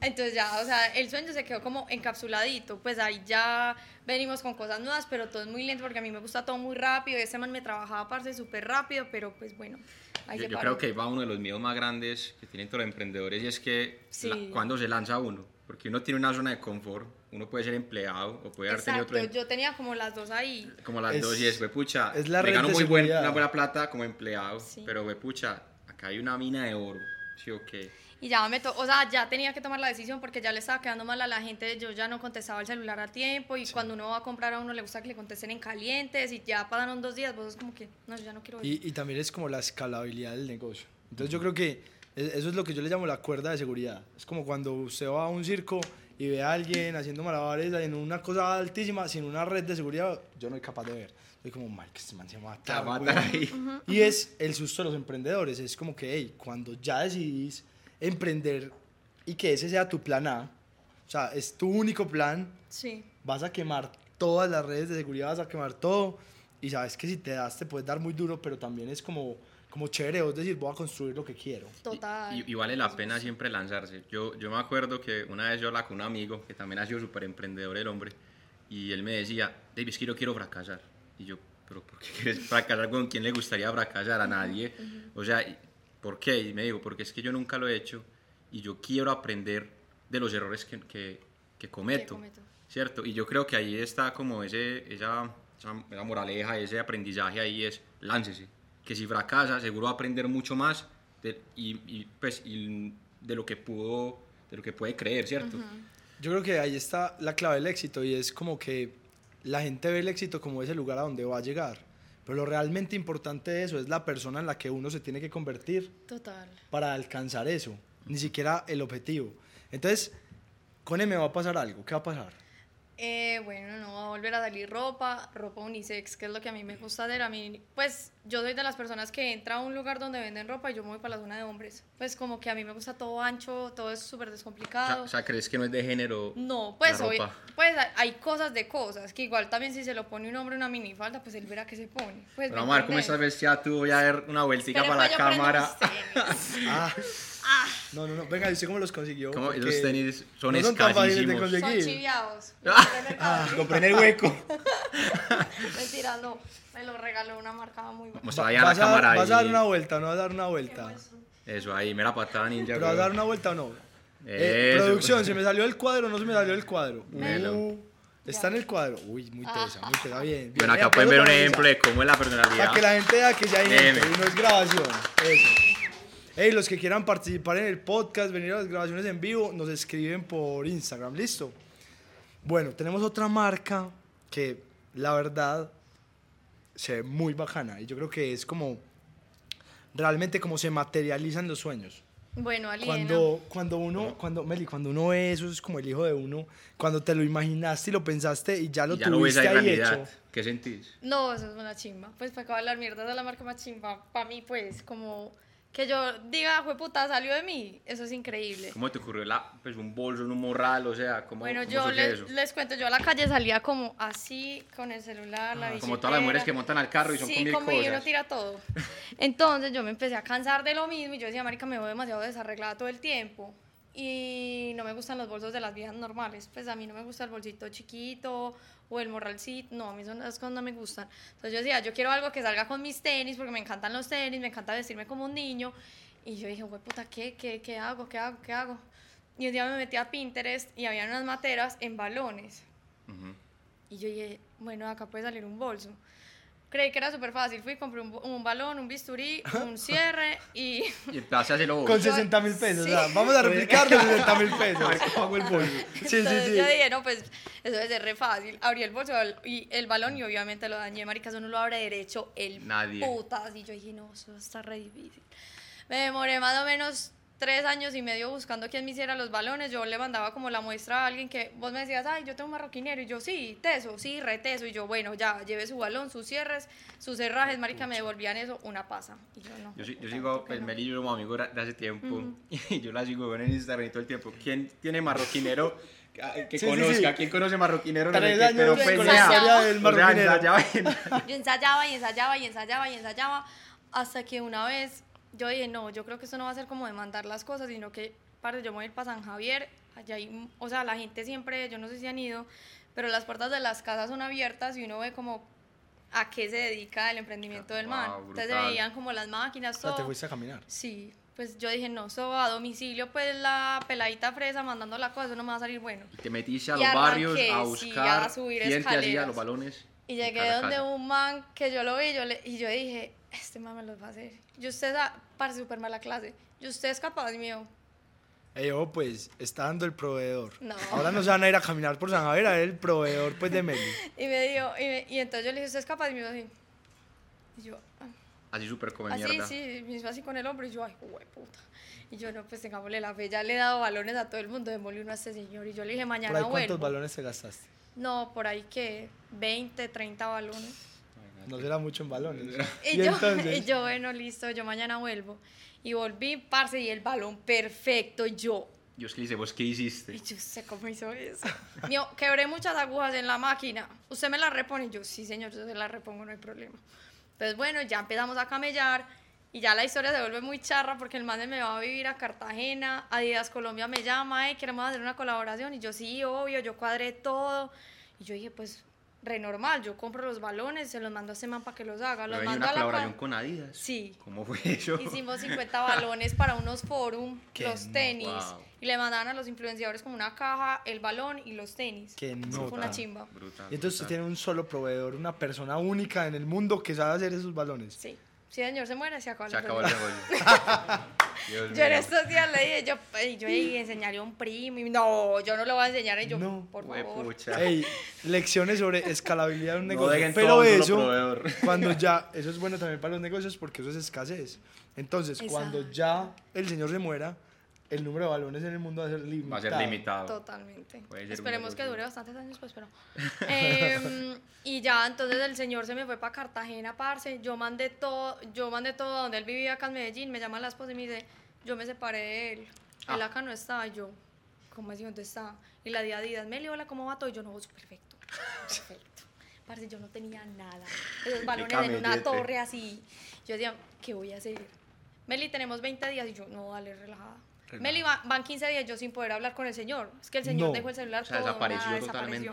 [SPEAKER 3] entonces ya, o sea, el sueño se quedó como encapsuladito, pues ahí ya venimos con cosas nuevas, pero todo es muy lento porque a mí me gusta todo muy rápido, ese man me trabajaba parce súper rápido, pero pues bueno, ahí
[SPEAKER 2] Yo,
[SPEAKER 3] se
[SPEAKER 2] yo
[SPEAKER 3] paró.
[SPEAKER 2] creo que ahí va uno de los miedos más grandes que tienen todos los emprendedores y es que
[SPEAKER 3] Sí.
[SPEAKER 2] la- cuando se lanza uno, porque uno tiene una zona de confort, uno puede ser empleado o puede haber tenido
[SPEAKER 3] Exacto,
[SPEAKER 2] otro em-
[SPEAKER 3] yo tenía como las dos ahí.
[SPEAKER 2] como las
[SPEAKER 1] Es-
[SPEAKER 2] dos y es, pucha,
[SPEAKER 1] es la
[SPEAKER 2] me
[SPEAKER 1] red
[SPEAKER 2] gano
[SPEAKER 1] de
[SPEAKER 2] muy buen-
[SPEAKER 1] seguridad.
[SPEAKER 2] una buena plata como empleado,
[SPEAKER 3] Sí.
[SPEAKER 2] pero pucha, acá hay una mina de oro, sí o qué.
[SPEAKER 3] Y ya me to- o sea, ya tenía que tomar la decisión porque ya le estaba quedando mal a la gente, yo ya no contestaba el celular a tiempo y cuando uno va a comprar a uno le gusta que le contesten en calientes y ya pasaron dos días, vos es como que, no, yo ya no quiero ir.
[SPEAKER 1] Y, y también es como la escalabilidad del negocio. Entonces yo creo que e- eso es lo que yo le llamo la cuerda de seguridad. Es como cuando usted va a un circo y ve a alguien haciendo malabares en una cosa altísima, sin una red de seguridad, yo no soy capaz de ver. Soy como, mal que este man se va a matar,
[SPEAKER 2] Te va a
[SPEAKER 1] güey".
[SPEAKER 2] matar ahí.
[SPEAKER 1] Y es el susto de los emprendedores. Es como que, hey, cuando ya decidís emprender y que ese sea tu plan A, o sea, es tu único plan,
[SPEAKER 3] Sí.
[SPEAKER 1] vas a quemar todas las redes de seguridad, vas a quemar todo. Y sabes que si te das, te puedes dar muy duro, pero también es como, como chévere. Es decir, voy a construir lo que quiero.
[SPEAKER 3] Total.
[SPEAKER 2] Y, y vale la pena siempre lanzarse. Yo, yo me acuerdo que una vez yo hablaba con un amigo que también ha sido súper emprendedor el hombre y él me decía, David, es que yo quiero fracasar. Y yo, ¿pero por qué quieres fracasar? ¿Con quién le gustaría fracasar? A nadie. O sea, ¿y ¿por qué? Y me dijo, porque es que yo nunca lo he hecho y yo quiero aprender de los errores que, que- que cometo.
[SPEAKER 3] cometo.
[SPEAKER 2] ¿Cierto? Y yo creo que ahí está como ese, esa, esa, esa moraleja, ese aprendizaje ahí es, láncese. Que si fracasa, seguro va a aprender mucho más de, y, y, pues, y de lo que pudo, de lo que puede creer, ¿cierto?
[SPEAKER 1] Yo creo que ahí está la clave del éxito y es como que la gente ve el éxito como ese lugar a donde va a llegar. Pero lo realmente importante de eso es la persona en la que uno se tiene que convertir
[SPEAKER 3] Total.
[SPEAKER 1] para alcanzar eso, ni siquiera el objetivo. Entonces, con M va a pasar algo. ¿Qué va a pasar?
[SPEAKER 3] Eh, bueno, no va a volver a salir ropa, ropa unisex, que es lo que a mí me gusta hacer. A mí, pues yo soy de las personas que entra a un lugar donde venden ropa y yo me voy para la zona de hombres. Pues como que a mí me gusta todo ancho, todo es súper
[SPEAKER 2] O, sea,
[SPEAKER 3] descomplicado.
[SPEAKER 2] o sea, ¿crees que no es de género?
[SPEAKER 3] no, pues,
[SPEAKER 2] la
[SPEAKER 3] hoy,
[SPEAKER 2] ropa?
[SPEAKER 3] pues hay- hay cosas de cosas, que igual también si se lo pone un hombre una minifalda, pues él verá que se pone. Pues,
[SPEAKER 2] Bueno,
[SPEAKER 3] ¿me
[SPEAKER 2] Omar, ¿cómo
[SPEAKER 3] entendés?
[SPEAKER 2] estás vestida tú? Voy a dar una vueltica
[SPEAKER 3] Pero
[SPEAKER 2] para la
[SPEAKER 3] pues yo prendo
[SPEAKER 2] cámara.
[SPEAKER 3] mis tenis.
[SPEAKER 1] Ah, No, no, no. Venga, ¿y usted cómo los consiguió?
[SPEAKER 2] ¿Cómo?
[SPEAKER 1] Porque
[SPEAKER 2] Esos tenis son
[SPEAKER 1] no son tan fáciles de
[SPEAKER 2] escasísimos.
[SPEAKER 1] conseguir.
[SPEAKER 3] Son
[SPEAKER 1] Seguí.
[SPEAKER 3] chiviados.
[SPEAKER 1] Ah,
[SPEAKER 4] Compré en el hueco.
[SPEAKER 3] Mentira, no. Me lo regaló una marca muy buena. pues,
[SPEAKER 2] Vamos
[SPEAKER 1] va-
[SPEAKER 2] a ir a la
[SPEAKER 1] vas, a,
[SPEAKER 2] cámara
[SPEAKER 1] vas a dar
[SPEAKER 2] y-
[SPEAKER 1] una vuelta, no vas a dar una vuelta.
[SPEAKER 2] Eso ahí, mera patada ninja.
[SPEAKER 1] ¿Pero vas a
[SPEAKER 2] weón.
[SPEAKER 1] dar una vuelta o no? Eh,
[SPEAKER 2] Eso. pues.
[SPEAKER 1] producción, ¿se me salió el cuadro o no se me salió el cuadro?
[SPEAKER 2] Melo.
[SPEAKER 1] Uh, está en el cuadro. Uy, muy tesa, muy tesa. Bien. bien.
[SPEAKER 2] Bueno, acá
[SPEAKER 1] Eh,
[SPEAKER 2] pueden ver un
[SPEAKER 1] para esa.
[SPEAKER 2] ejemplo de cómo es la personalidad.
[SPEAKER 1] Para que la gente vea que ya hay gente,
[SPEAKER 2] Deme.
[SPEAKER 1] y no es grabación. Eso. Ey, los que quieran participar en el podcast, venir a las grabaciones en vivo, nos escriben por Instagram, listo. Bueno, tenemos otra marca que la verdad se ve muy bacana y yo creo que es como realmente como se materializan los sueños.
[SPEAKER 3] Bueno, Aliena.
[SPEAKER 1] Cuando, cuando uno, cuando, Meli, cuando uno ve eso, es como el hijo de uno, cuando te lo imaginaste y lo pensaste y ya lo
[SPEAKER 2] Y ya lo ves
[SPEAKER 1] tuviste
[SPEAKER 2] ahí
[SPEAKER 1] ahí hecho.
[SPEAKER 2] realidad. ¿Qué sentís?
[SPEAKER 3] No, eso es una chimba. Pues para acabar hablar mierda de la marca más chimba, para mí, pues, como que yo diga, puta, salió de mí, eso es increíble.
[SPEAKER 2] ¿Cómo te ocurrió la, pues, un bolso en un morral? O sea, ¿cómo,
[SPEAKER 3] Bueno,
[SPEAKER 2] cómo
[SPEAKER 3] yo
[SPEAKER 2] surge
[SPEAKER 3] les,
[SPEAKER 2] eso?
[SPEAKER 3] les cuento, yo a la calle salía como así, con el celular, la
[SPEAKER 2] Ah, como todas las mujeres que
[SPEAKER 3] billetera.
[SPEAKER 2] montan al carro y son con
[SPEAKER 3] Sí,
[SPEAKER 2] mil
[SPEAKER 3] como y uno
[SPEAKER 2] cosas.
[SPEAKER 3] tira todo. Entonces yo me empecé a cansar de lo mismo y yo decía, marica, me veo demasiado desarreglada todo el tiempo. Y no me gustan los bolsos de las viejas normales. Pues a mí no me gusta el bolsito chiquito o el morralcito. No, a mí son las cosas no me gustan. Entonces yo decía, yo quiero algo que salga con mis tenis porque me encantan los tenis, me encanta vestirme como un niño. Y yo dije, güey, puta, ¿qué, qué, ¿qué hago? ¿Qué hago? ¿Qué hago? Y un día me metí a Pinterest y había unas materas en balones.
[SPEAKER 2] Ujú.
[SPEAKER 3] Y yo dije, bueno, acá puede salir un bolso. Creí que era súper fácil. Fui, compré un, bo- un balón, un bisturí, un cierre y.
[SPEAKER 2] Y empezaste a hacerlo vos.
[SPEAKER 1] Con 60 mil pesos,
[SPEAKER 3] Sí.
[SPEAKER 1] o sea, vamos a replicarlo 60 mil pesos. Pago el bolso. Sí, sí,
[SPEAKER 3] Entonces
[SPEAKER 1] sí.
[SPEAKER 3] yo dije, no, pues eso debe ser re fácil. Abrí el bolso y el balón y obviamente lo dañé. Marica, eso no lo abre derecho el
[SPEAKER 2] Nadie.
[SPEAKER 3] putas. Y yo dije, no, eso está re difícil. Me demoré más o menos tres años y medio buscando quién me hiciera los balones. Yo le mandaba como la muestra a alguien que vos me decías, ay, yo tengo un marroquinero. Y yo, sí, teso, sí, re teso. Y yo, bueno, ya, lleve su balón, sus cierres, sus cerrajes. Marica, me devolvían eso una pasa. Y yo, no.
[SPEAKER 2] Yo, sí- yo
[SPEAKER 3] puta,
[SPEAKER 2] sigo
[SPEAKER 3] ¿por qué
[SPEAKER 2] el
[SPEAKER 3] no?
[SPEAKER 2] Meli, yo como amigo de hace tiempo, y yo la sigo en Instagram y todo el tiempo. ¿Quién tiene marroquinero que que
[SPEAKER 1] Sí, sí,
[SPEAKER 2] conozca?
[SPEAKER 1] sí.
[SPEAKER 2] ¿Quién conoce marroquinero? No sé
[SPEAKER 1] Tres
[SPEAKER 2] qué,
[SPEAKER 1] años
[SPEAKER 2] pero
[SPEAKER 1] con
[SPEAKER 2] pues
[SPEAKER 1] la
[SPEAKER 2] ya.
[SPEAKER 1] historia del
[SPEAKER 2] O sea,
[SPEAKER 1] marroquinero.
[SPEAKER 2] ensayaba-
[SPEAKER 3] Yo ensayaba y ensayaba y ensayaba y ensayaba hasta que una vez yo dije, no, yo creo que esto no va a ser como demandar las cosas, sino que, parte, yo me voy a ir para San Javier, allá hay, o sea, la gente siempre, yo no sé si han ido, pero las puertas de las casas son abiertas y uno ve como a qué se dedica el emprendimiento del man.
[SPEAKER 2] Wow,
[SPEAKER 3] Entonces se
[SPEAKER 2] brutal.
[SPEAKER 3] veían como las máquinas,
[SPEAKER 1] O sea, te
[SPEAKER 3] todo.
[SPEAKER 1] fuiste a caminar.
[SPEAKER 3] Sí, pues yo dije, no, eso a domicilio, pues la peladita fresa mandando la cosa, eso no me va a salir bueno.
[SPEAKER 2] Y te metiste a
[SPEAKER 3] Y
[SPEAKER 2] los
[SPEAKER 3] arranqué,
[SPEAKER 2] barrios
[SPEAKER 3] sí,
[SPEAKER 2] a
[SPEAKER 3] a
[SPEAKER 2] buscar
[SPEAKER 3] subir
[SPEAKER 2] quién te hacía
[SPEAKER 3] escaleras.
[SPEAKER 2] los balones.
[SPEAKER 3] Y
[SPEAKER 2] en
[SPEAKER 3] llegué
[SPEAKER 2] cada
[SPEAKER 3] donde
[SPEAKER 2] casa.
[SPEAKER 3] un man que yo lo vi yo le- y yo dije, este man me los va a hacer. Yo usted da para super mala clase. Y usted es capaz, mío.
[SPEAKER 1] Ey, ojo, pues, está dando el proveedor.
[SPEAKER 3] No.
[SPEAKER 1] Ahora nos van a ir a caminar por San Javier a ver el proveedor, pues, de Meli.
[SPEAKER 3] Y me dio, y, me- y entonces yo le dije, usted es capaz, mío, así. Y yo, ah,
[SPEAKER 2] Así súper come
[SPEAKER 3] así,
[SPEAKER 2] mierda.
[SPEAKER 3] Ah, sí, me hizo así con el hombro y yo, ay, güey, puta. Y yo, no, pues tengámosle la fe, ya le he dado balones a todo el mundo, démosle uno a este señor. Y yo le dije,
[SPEAKER 1] ¿Por
[SPEAKER 3] mañana
[SPEAKER 1] ahí cuántos
[SPEAKER 3] vuelvo.
[SPEAKER 1] balones te gastaste?
[SPEAKER 3] No, por ahí que 20, 30 balones.
[SPEAKER 1] No será mucho en balones.
[SPEAKER 3] Y, yo, y yo, bueno, listo, yo mañana vuelvo. Y volví, parce, y el balón perfecto. Y yo,
[SPEAKER 2] Yo es que le hice, ¿vos qué hiciste?
[SPEAKER 3] y yo sé cómo hizo eso. Mío, quebré muchas agujas en la máquina. ¿Usted me las repone? Y yo, sí, señor, yo se las repongo, no hay problema. Entonces, bueno, ya empezamos a camellar. Y ya la historia se vuelve muy charra porque el man se me va a vivir a Cartagena. Adidas Colombia me llama, eh, queremos hacer una colaboración. Y yo, sí, obvio, yo cuadré todo. Y yo dije, pues, re normal, yo compro los balones, se los mando a ese man para que los haga.
[SPEAKER 2] Pero
[SPEAKER 3] Los
[SPEAKER 2] venía
[SPEAKER 3] mando
[SPEAKER 2] una
[SPEAKER 3] a la
[SPEAKER 2] colaboración
[SPEAKER 3] pa-
[SPEAKER 2] con Adidas.
[SPEAKER 3] Sí.
[SPEAKER 2] ¿Cómo fue eso?
[SPEAKER 3] Hicimos 50 balones para unos forum,
[SPEAKER 1] Que
[SPEAKER 3] los
[SPEAKER 1] no,
[SPEAKER 3] tenis.
[SPEAKER 2] wow.
[SPEAKER 3] Y le mandaban a los influenciadores como una caja, el balón y los tenis.
[SPEAKER 1] Que
[SPEAKER 3] Eso
[SPEAKER 1] no.
[SPEAKER 3] Fue una chimba.
[SPEAKER 2] Brutal.
[SPEAKER 1] Y entonces
[SPEAKER 2] brutal.
[SPEAKER 1] tiene un solo proveedor, una persona única en el mundo que sabe hacer esos balones.
[SPEAKER 3] Sí. Si el señor se muere, se acaba
[SPEAKER 2] Se
[SPEAKER 3] la
[SPEAKER 2] acabó el
[SPEAKER 3] reunión.
[SPEAKER 2] negocio. Dios
[SPEAKER 3] Yo en
[SPEAKER 2] mío.
[SPEAKER 3] estos días le dije, yo, "Ey, yo ey, enseñaré a un primo. Y no, yo no lo voy a enseñar. Y yo,
[SPEAKER 1] No.
[SPEAKER 3] por favor.
[SPEAKER 2] Huepucha.
[SPEAKER 1] Ey, lecciones sobre escalabilidad de un
[SPEAKER 2] No
[SPEAKER 1] negocio.
[SPEAKER 2] dejen todo a
[SPEAKER 1] pero
[SPEAKER 2] un solo
[SPEAKER 1] eso,
[SPEAKER 2] proveedor.
[SPEAKER 1] cuando ya, eso es bueno también para los negocios porque eso es escasez. Entonces, cuando
[SPEAKER 3] Exacto.
[SPEAKER 1] ya el señor se muera, el número de balones en el mundo va a ser limitado.
[SPEAKER 2] Va a ser limitado.
[SPEAKER 3] Totalmente.
[SPEAKER 2] Puede ser un
[SPEAKER 3] Esperemos que
[SPEAKER 2] negocio.
[SPEAKER 3] dure bastantes años, pues, pero. Em, y ya, entonces el señor se me fue para Cartagena, parce. Yo mandé todo, yo mandé todo a donde él vivía acá en Medellín. Me llama la esposa y me dice, yo me separé de él. Él
[SPEAKER 2] Ah.
[SPEAKER 3] acá no está. Y yo, ¿cómo así? ¿Dónde está? Y la día a día, Meli, hola, ¿cómo va todo? Y yo, no, pues, perfecto. Perfecto. Parce, yo no tenía nada. Esos balones en una
[SPEAKER 2] camellete.
[SPEAKER 3] torre así. Yo decía, ¿qué voy a hacer? Me Meli, tenemos 20 días. Y yo, no, dale, relajada. Meli, va- van 15 días yo sin poder hablar con el señor. Es que el señor
[SPEAKER 1] No.
[SPEAKER 3] dejó el celular
[SPEAKER 2] O sea,
[SPEAKER 3] todo,
[SPEAKER 2] desapareció
[SPEAKER 3] nada,
[SPEAKER 2] totalmente.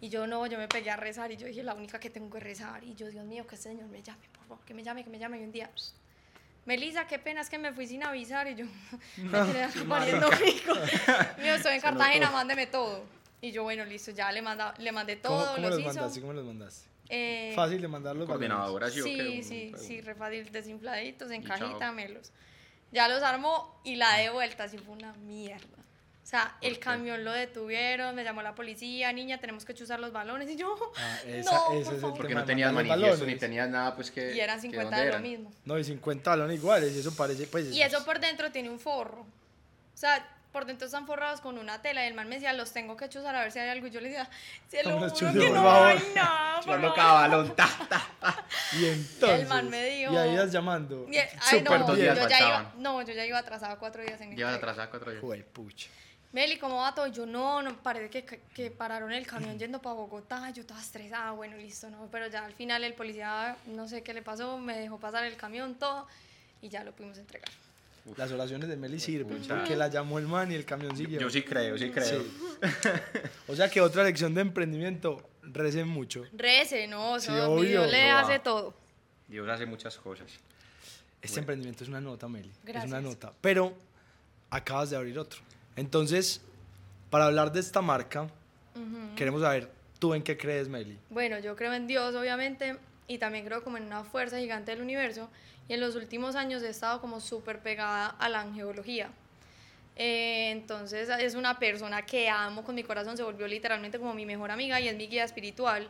[SPEAKER 3] Y yo no, yo me pegué a rezar y yo dije, la única que tengo que rezar. Y yo, Dios mío, que este señor me llame, por favor, que me llame, que me llame. Y un día, pss, Melissa, qué pena, es que me fui sin avisar. Y yo, me quedé aquí pariendo rico. Mío, estoy en Cartagena, mándeme todo. Y yo, bueno, listo, ya le, manda, le mandé todo,
[SPEAKER 1] ¿Cómo, cómo
[SPEAKER 3] los
[SPEAKER 1] los
[SPEAKER 3] hizo.
[SPEAKER 1] mandaste? ¿Cómo los mandaste?
[SPEAKER 3] Eh,
[SPEAKER 1] Fácil de mandar los balones.
[SPEAKER 2] Coordinadora, yo
[SPEAKER 3] Sí,
[SPEAKER 2] creo,
[SPEAKER 3] sí,
[SPEAKER 2] un-
[SPEAKER 1] Pues,
[SPEAKER 3] sí, re fácil, desinfladitos, en
[SPEAKER 2] Y
[SPEAKER 3] cajita,
[SPEAKER 2] chao.
[SPEAKER 3] melos. Ya los armó y la de vuelta, así fue una mierda. O sea, el
[SPEAKER 2] qué?
[SPEAKER 3] camión lo detuvieron, me llamó la policía, niña, tenemos que chuzar los balones. Y yo,
[SPEAKER 1] Ah, esa-
[SPEAKER 3] no,
[SPEAKER 1] ese
[SPEAKER 3] por
[SPEAKER 1] es el
[SPEAKER 3] favor.
[SPEAKER 2] Porque
[SPEAKER 1] tema
[SPEAKER 2] no
[SPEAKER 1] de
[SPEAKER 2] tenías
[SPEAKER 1] mandar
[SPEAKER 2] manifiesto
[SPEAKER 1] balones.
[SPEAKER 2] ni tenías nada, pues que.
[SPEAKER 3] Y eran
[SPEAKER 2] que
[SPEAKER 3] 50
[SPEAKER 2] dónde
[SPEAKER 3] de lo
[SPEAKER 2] eran.
[SPEAKER 3] mismo.
[SPEAKER 1] No, y 50 balones iguales, y eso parece, pues...
[SPEAKER 3] Y eso por dentro tiene un forro. O sea, por dentro están forrados con una tela. Y el man me decía, los tengo que chuzar a ver si hay algo. Y yo le decía, se lo
[SPEAKER 1] No los
[SPEAKER 3] juro
[SPEAKER 1] chuzo,
[SPEAKER 3] que
[SPEAKER 1] por
[SPEAKER 3] no
[SPEAKER 1] favor.
[SPEAKER 3] hay nada. por
[SPEAKER 2] Cholo
[SPEAKER 3] favor".
[SPEAKER 2] cabalón, ta, ta.
[SPEAKER 1] Y entonces...
[SPEAKER 3] el man me dijo-
[SPEAKER 1] Y ahí ibas llamando.
[SPEAKER 3] Y- ay, no,
[SPEAKER 2] Súper, dos
[SPEAKER 3] yo
[SPEAKER 2] días
[SPEAKER 3] ya iba,
[SPEAKER 2] faltaban.
[SPEAKER 3] no, yo ya iba atrasada cuatro días en mi
[SPEAKER 2] Llevas
[SPEAKER 3] entrega.
[SPEAKER 2] atrasada cuatro días.
[SPEAKER 1] pucha.
[SPEAKER 3] Meli, ¿cómo va todo? Yo no, no parece que, que pararon el camión yendo para Bogotá. Yo estaba estresada, bueno, listo, no. Pero ya al final el policía, no sé qué le pasó, me dejó pasar el camión, todo, y ya lo pudimos entregar.
[SPEAKER 1] Las oraciones de Meli sirven,
[SPEAKER 2] pucha.
[SPEAKER 1] porque la llamó el man y el camión siguió.
[SPEAKER 2] Yo sí creo, sí creo.
[SPEAKER 1] O sea que otra lección de emprendimiento, recen mucho. Este
[SPEAKER 3] Rece, no,
[SPEAKER 1] Sí,
[SPEAKER 3] eso, mi
[SPEAKER 1] obvio,
[SPEAKER 3] Dios le
[SPEAKER 2] eso va.
[SPEAKER 3] hace todo.
[SPEAKER 2] Dios hace muchas cosas.
[SPEAKER 1] Este emprendimiento es una nota, Meli.
[SPEAKER 3] Gracias.
[SPEAKER 1] Es una nota. Pero acabas de abrir otro. Entonces, para hablar de esta marca, queremos saber tú en qué crees, Meli.
[SPEAKER 3] Bueno, yo creo en Dios, obviamente, y también creo como en una fuerza gigante del universo. Y en los últimos años he estado como súper pegada a la angeología. Eh, entonces es una persona que amo con mi corazón, se volvió literalmente como mi mejor amiga y es mi guía espiritual.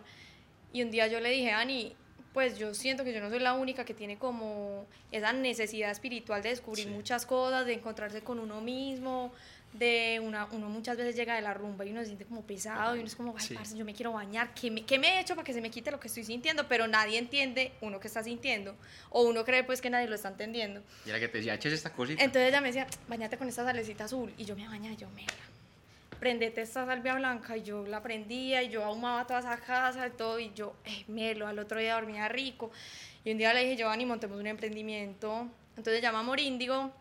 [SPEAKER 3] Y un día yo le dije, Ani, pues yo siento que yo no soy la única que tiene como esa necesidad espiritual de descubrir
[SPEAKER 1] Sí.
[SPEAKER 3] muchas cosas, de encontrarse con uno mismo, de una, uno muchas veces llega de la rumba y uno se siente como pesado y uno es como, ay,
[SPEAKER 1] Sí.
[SPEAKER 3] parce, yo me quiero bañar, ¿qué me, qué me he hecho para que se me quite lo que estoy sintiendo? Pero nadie entiende uno que está sintiendo o uno cree pues que nadie lo está entendiendo.
[SPEAKER 2] Y era que te decía, eches esta cosita.
[SPEAKER 3] Entonces ella me decía, bañate con esta salecita azul. Y yo me bañaba, y yo, mira, prendete esta salvia blanca. Y yo la prendía, y yo ahumaba toda esa casa y todo. Y yo, eh, melo, al otro día dormía rico. Y un día le dije, Giovanni, montemos un emprendimiento. Entonces llamamos Índigo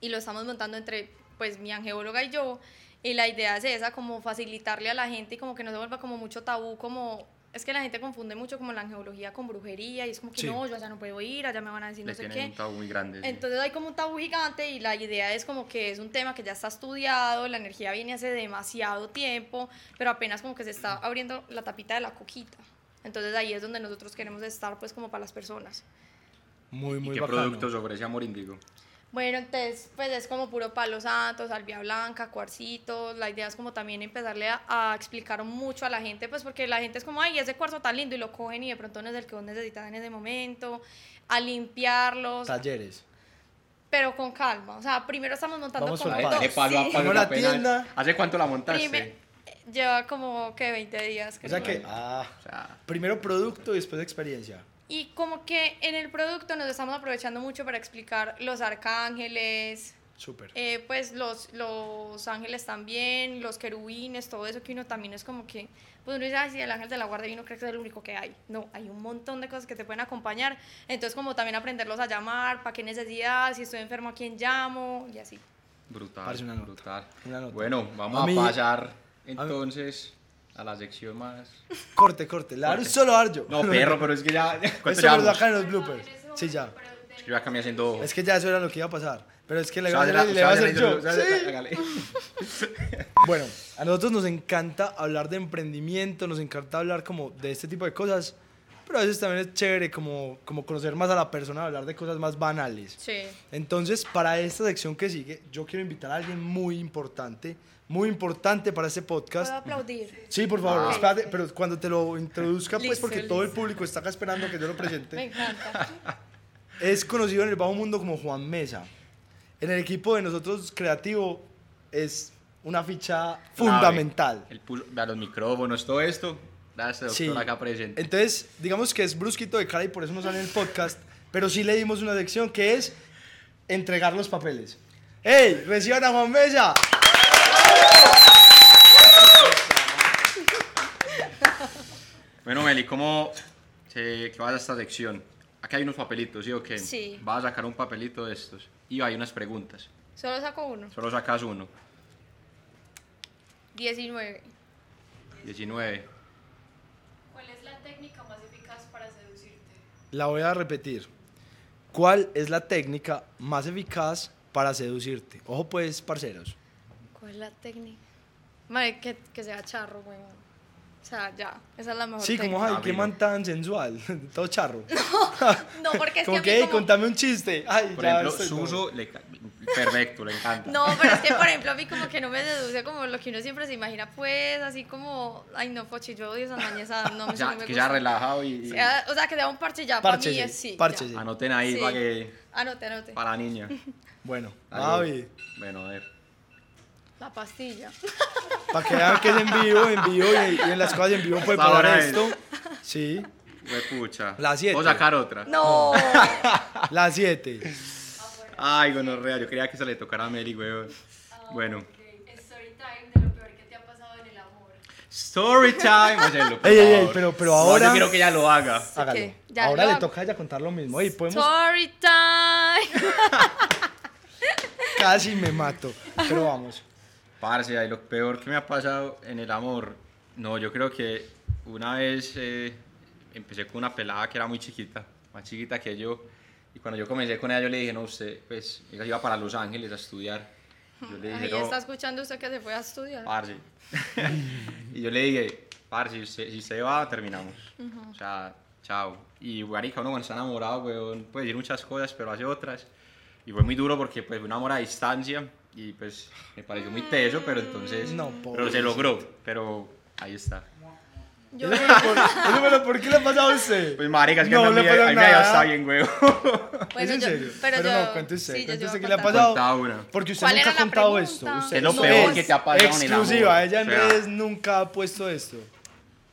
[SPEAKER 3] y lo estamos montando entre, pues, mi angeóloga y yo. Y la idea es esa, como facilitarle a la gente y como que no se vuelva como mucho tabú, como... Es que la gente confunde mucho como la angeología con brujería y es como que
[SPEAKER 1] Sí.
[SPEAKER 3] no, yo allá no puedo ir, allá me van a decir
[SPEAKER 2] Le
[SPEAKER 3] no sé
[SPEAKER 2] tienen
[SPEAKER 3] qué.
[SPEAKER 2] un tabú muy grande. sí.
[SPEAKER 3] Entonces hay como un tabú gigante y la idea es como que es un tema que ya está estudiado, la energía viene hace demasiado tiempo, pero apenas como que se está abriendo la tapita de la coquita. Entonces ahí es donde nosotros queremos estar pues como para las personas.
[SPEAKER 1] Muy,
[SPEAKER 2] ¿Y
[SPEAKER 1] muy
[SPEAKER 2] qué
[SPEAKER 1] bacano.
[SPEAKER 2] productos sobre ese amor índigo?
[SPEAKER 3] Bueno, entonces pues es como puro palo santo, salvia blanca, cuarcito, la idea es como también empezarle a, a explicar mucho a la gente, pues porque la gente es como, ay, ese cuarzo tan lindo y lo cogen y de pronto no es el que vos necesitas en ese momento, a limpiarlos,
[SPEAKER 1] Talleres.
[SPEAKER 3] pero con calma. O sea, primero estamos montando
[SPEAKER 1] Vamos
[SPEAKER 3] como
[SPEAKER 1] por
[SPEAKER 3] todo.
[SPEAKER 1] partes.
[SPEAKER 2] Ese palo a
[SPEAKER 3] Sí.
[SPEAKER 2] palo
[SPEAKER 1] Como
[SPEAKER 2] era
[SPEAKER 1] la
[SPEAKER 2] apenas-
[SPEAKER 1] tienda.
[SPEAKER 2] ¿Hace cuánto la montaste?
[SPEAKER 3] Prime- lleva como que 20 días,
[SPEAKER 1] O
[SPEAKER 3] creo.
[SPEAKER 1] sea que, ah,
[SPEAKER 2] O sea,
[SPEAKER 1] primero producto y después experiencia.
[SPEAKER 3] Y como que en el producto nos estamos aprovechando mucho para explicar los arcángeles,
[SPEAKER 1] Súper.
[SPEAKER 3] eh, pues los, los ángeles también, los querubines, todo eso que uno también es como que, pues uno dice, "Ay, sí, el ángel de la guarda y uno cree que es el único que hay. No, hay un montón de cosas que te pueden acompañar. Entonces como también aprenderlos a llamar, para qué necesidad, si estoy enfermo a quién llamo y así.
[SPEAKER 2] brutal.
[SPEAKER 1] Parece una nota,
[SPEAKER 2] brutal.
[SPEAKER 1] una nota.
[SPEAKER 2] Bueno, vamos
[SPEAKER 1] A
[SPEAKER 2] a,
[SPEAKER 1] mí-
[SPEAKER 2] pasar entonces a, la sección más.
[SPEAKER 1] Corte, corte. La
[SPEAKER 2] Corte.
[SPEAKER 1] solo aryo.
[SPEAKER 2] No, perro, pero es que ya. ¿Cuánto
[SPEAKER 1] Esto me lo
[SPEAKER 2] llevamos?
[SPEAKER 1] sacan en los bloopers. Pues, Sí, ya.
[SPEAKER 2] Es que yo acá me haciendo.
[SPEAKER 1] Es que ya eso era lo que iba a pasar. Pero es que le
[SPEAKER 2] O sea,
[SPEAKER 1] iba a hacer, le
[SPEAKER 2] la- o
[SPEAKER 1] iba
[SPEAKER 2] sea,
[SPEAKER 1] a
[SPEAKER 2] la-
[SPEAKER 1] hacer yo.
[SPEAKER 2] la- la-
[SPEAKER 1] Sí.
[SPEAKER 2] hágale.
[SPEAKER 1] Bueno, a nosotros nos encanta hablar de emprendimiento, nos encanta hablar como de este tipo de cosas, pero a veces también es chévere como, como conocer más a la persona, hablar de cosas más banales.
[SPEAKER 3] Sí.
[SPEAKER 1] Entonces, para esta sección que sigue, yo quiero invitar a alguien muy importante, muy importante para este podcast.
[SPEAKER 3] ¿Puedo aplaudir?
[SPEAKER 1] Sí, por favor,
[SPEAKER 2] Ah.
[SPEAKER 1] espérate, pero cuando te lo introduzca, pues
[SPEAKER 3] Listo,
[SPEAKER 1] porque todo el público está acá esperando que yo lo presente.
[SPEAKER 3] Me encanta.
[SPEAKER 1] Es conocido en el bajo mundo como Juan Mesa. En el equipo de nosotros creativo es una ficha fundamental.
[SPEAKER 2] Él puso vea, los micrófonos, todo esto. Gracias,
[SPEAKER 1] Sí.
[SPEAKER 2] doctor, acá presente.
[SPEAKER 1] Entonces, digamos que es brusquito de cara y por eso no sale en el podcast, pero sí le dimos una lección que es entregar los papeles. ¡Ey! ¡Reciban a Juan Mesa!
[SPEAKER 2] Bueno, Meli, ¿cómo se, qué va a esta sección? Acá hay unos papelitos, ¿sí o qué?
[SPEAKER 3] Sí.
[SPEAKER 2] Vas a sacar un papelito de estos. Y hay unas preguntas.
[SPEAKER 3] Solo saco uno.
[SPEAKER 2] Solo sacas uno.
[SPEAKER 3] 19.
[SPEAKER 2] 19.
[SPEAKER 4] ¿Cuál es la técnica más eficaz para seducirte?
[SPEAKER 1] La voy a repetir. ¿Cuál es la técnica más eficaz para seducirte? Ojo pues, parceros.
[SPEAKER 3] ¿Cuál es la técnica? Madre, que, que sea charro, güey. O sea, ya. Esa es la mejor
[SPEAKER 1] Sí, como,
[SPEAKER 3] técnica.
[SPEAKER 1] ay, qué man tan sensual. Todo charro.
[SPEAKER 3] No, porque es
[SPEAKER 1] como
[SPEAKER 3] que
[SPEAKER 1] que,
[SPEAKER 3] a
[SPEAKER 1] "Ey,
[SPEAKER 3] mí como-
[SPEAKER 1] contame un chiste. Ay,
[SPEAKER 2] Por
[SPEAKER 1] ya
[SPEAKER 2] ejemplo,
[SPEAKER 1] estoy como-
[SPEAKER 2] Suso, le ca- perfecto, le encanta.
[SPEAKER 3] No, pero es que, por ejemplo, a mí como que no me deduce como lo que uno siempre se imagina, pues, así como, ay, no, pochi, yo odio esas mañezas, no, me,
[SPEAKER 2] Ya,
[SPEAKER 3] no me
[SPEAKER 2] que ya
[SPEAKER 3] gusta.
[SPEAKER 2] relajado y...
[SPEAKER 3] Sea- o sea, que sea un parche ya, para mí
[SPEAKER 1] Párchese,
[SPEAKER 3] es sí. ya.
[SPEAKER 1] párchese.
[SPEAKER 2] Anoten ahí
[SPEAKER 3] Sí.
[SPEAKER 2] para que...
[SPEAKER 3] Anote, anote.
[SPEAKER 2] Para la niña.
[SPEAKER 1] Bueno,
[SPEAKER 2] Dale.
[SPEAKER 1] David,
[SPEAKER 2] Bueno, a ver.
[SPEAKER 3] La pastilla.
[SPEAKER 1] para que vean que es en vivo, en vivo y, y en las cosas en vivo puede
[SPEAKER 2] Hasta ahora
[SPEAKER 1] parar
[SPEAKER 2] es.
[SPEAKER 1] esto. Sí,
[SPEAKER 2] Huepucha.
[SPEAKER 1] La siete.
[SPEAKER 2] Voy a sacar otra.
[SPEAKER 3] No.
[SPEAKER 1] la 7.
[SPEAKER 2] Ay, gonorrea, yo creía que se le tocara a Meli, weón. Bueno.
[SPEAKER 4] Ok, Story time de lo peor que te ha pasado en el amor.
[SPEAKER 2] Story time. Óyelo, por
[SPEAKER 1] Ey, ey, ey,
[SPEAKER 2] favor.
[SPEAKER 1] pero- pero
[SPEAKER 2] No,
[SPEAKER 1] ahora-
[SPEAKER 2] yo quiero que ella lo haga.
[SPEAKER 1] Hágalo.
[SPEAKER 3] que ya
[SPEAKER 1] Ahora
[SPEAKER 3] lo
[SPEAKER 1] le
[SPEAKER 3] hago.
[SPEAKER 1] toca ya contar lo mismo. Y podemos
[SPEAKER 3] Story time.
[SPEAKER 1] casi me mato, pero vamos.
[SPEAKER 2] Parce, ay, lo peor que me ha pasado en el amor. No, yo creo que una vez eh, empecé con una pelada que era muy chiquita, más chiquita que yo. Y cuando yo comencé con ella, yo le dije, no, usted, pues, ella iba para Los Ángeles a estudiar. Yo le dije,
[SPEAKER 3] Ahí
[SPEAKER 2] no,
[SPEAKER 3] está escuchando usted que se fue a estudiar.
[SPEAKER 2] parce. y yo le dije, parce, si usted, si usted va, terminamos. O sea, chao. Y, marica, uno cuando está enamorado, weón, puede decir muchas cosas, pero hace otras. Y fue muy duro porque, pues, fue un amor a distancia. Y, pues, me pareció muy teso, pero entonces...
[SPEAKER 1] No,
[SPEAKER 2] pero
[SPEAKER 1] pobre.
[SPEAKER 2] se logró, pero ahí está.
[SPEAKER 3] Yo,
[SPEAKER 1] Oye, pero ¿por qué le ha pasado a usted?
[SPEAKER 2] Pues, marica, es que
[SPEAKER 1] No,
[SPEAKER 2] a mí,
[SPEAKER 1] le
[SPEAKER 2] me-
[SPEAKER 1] pasa
[SPEAKER 2] a mí me
[SPEAKER 1] nada.
[SPEAKER 2] ya está bien, weón.
[SPEAKER 3] bueno,
[SPEAKER 1] ¿Es en
[SPEAKER 3] Pues yo-
[SPEAKER 1] serio?
[SPEAKER 3] Pero, yo,
[SPEAKER 1] no, cuente usted,
[SPEAKER 3] sí, yo
[SPEAKER 1] cuente
[SPEAKER 3] te voy
[SPEAKER 1] usted
[SPEAKER 3] a
[SPEAKER 1] qué le ha
[SPEAKER 3] contar.
[SPEAKER 1] pasado.
[SPEAKER 2] Contá una.
[SPEAKER 1] Porque usted
[SPEAKER 3] ¿Cuál
[SPEAKER 1] nunca
[SPEAKER 3] era
[SPEAKER 1] ha
[SPEAKER 3] la
[SPEAKER 1] contado
[SPEAKER 3] pregunta?
[SPEAKER 1] esto. Usted
[SPEAKER 2] Es lo
[SPEAKER 1] no
[SPEAKER 2] peor que te ha pasado en el amor.
[SPEAKER 1] Exclusiva, ella en
[SPEAKER 2] O sea.
[SPEAKER 1] redes nunca ha puesto esto.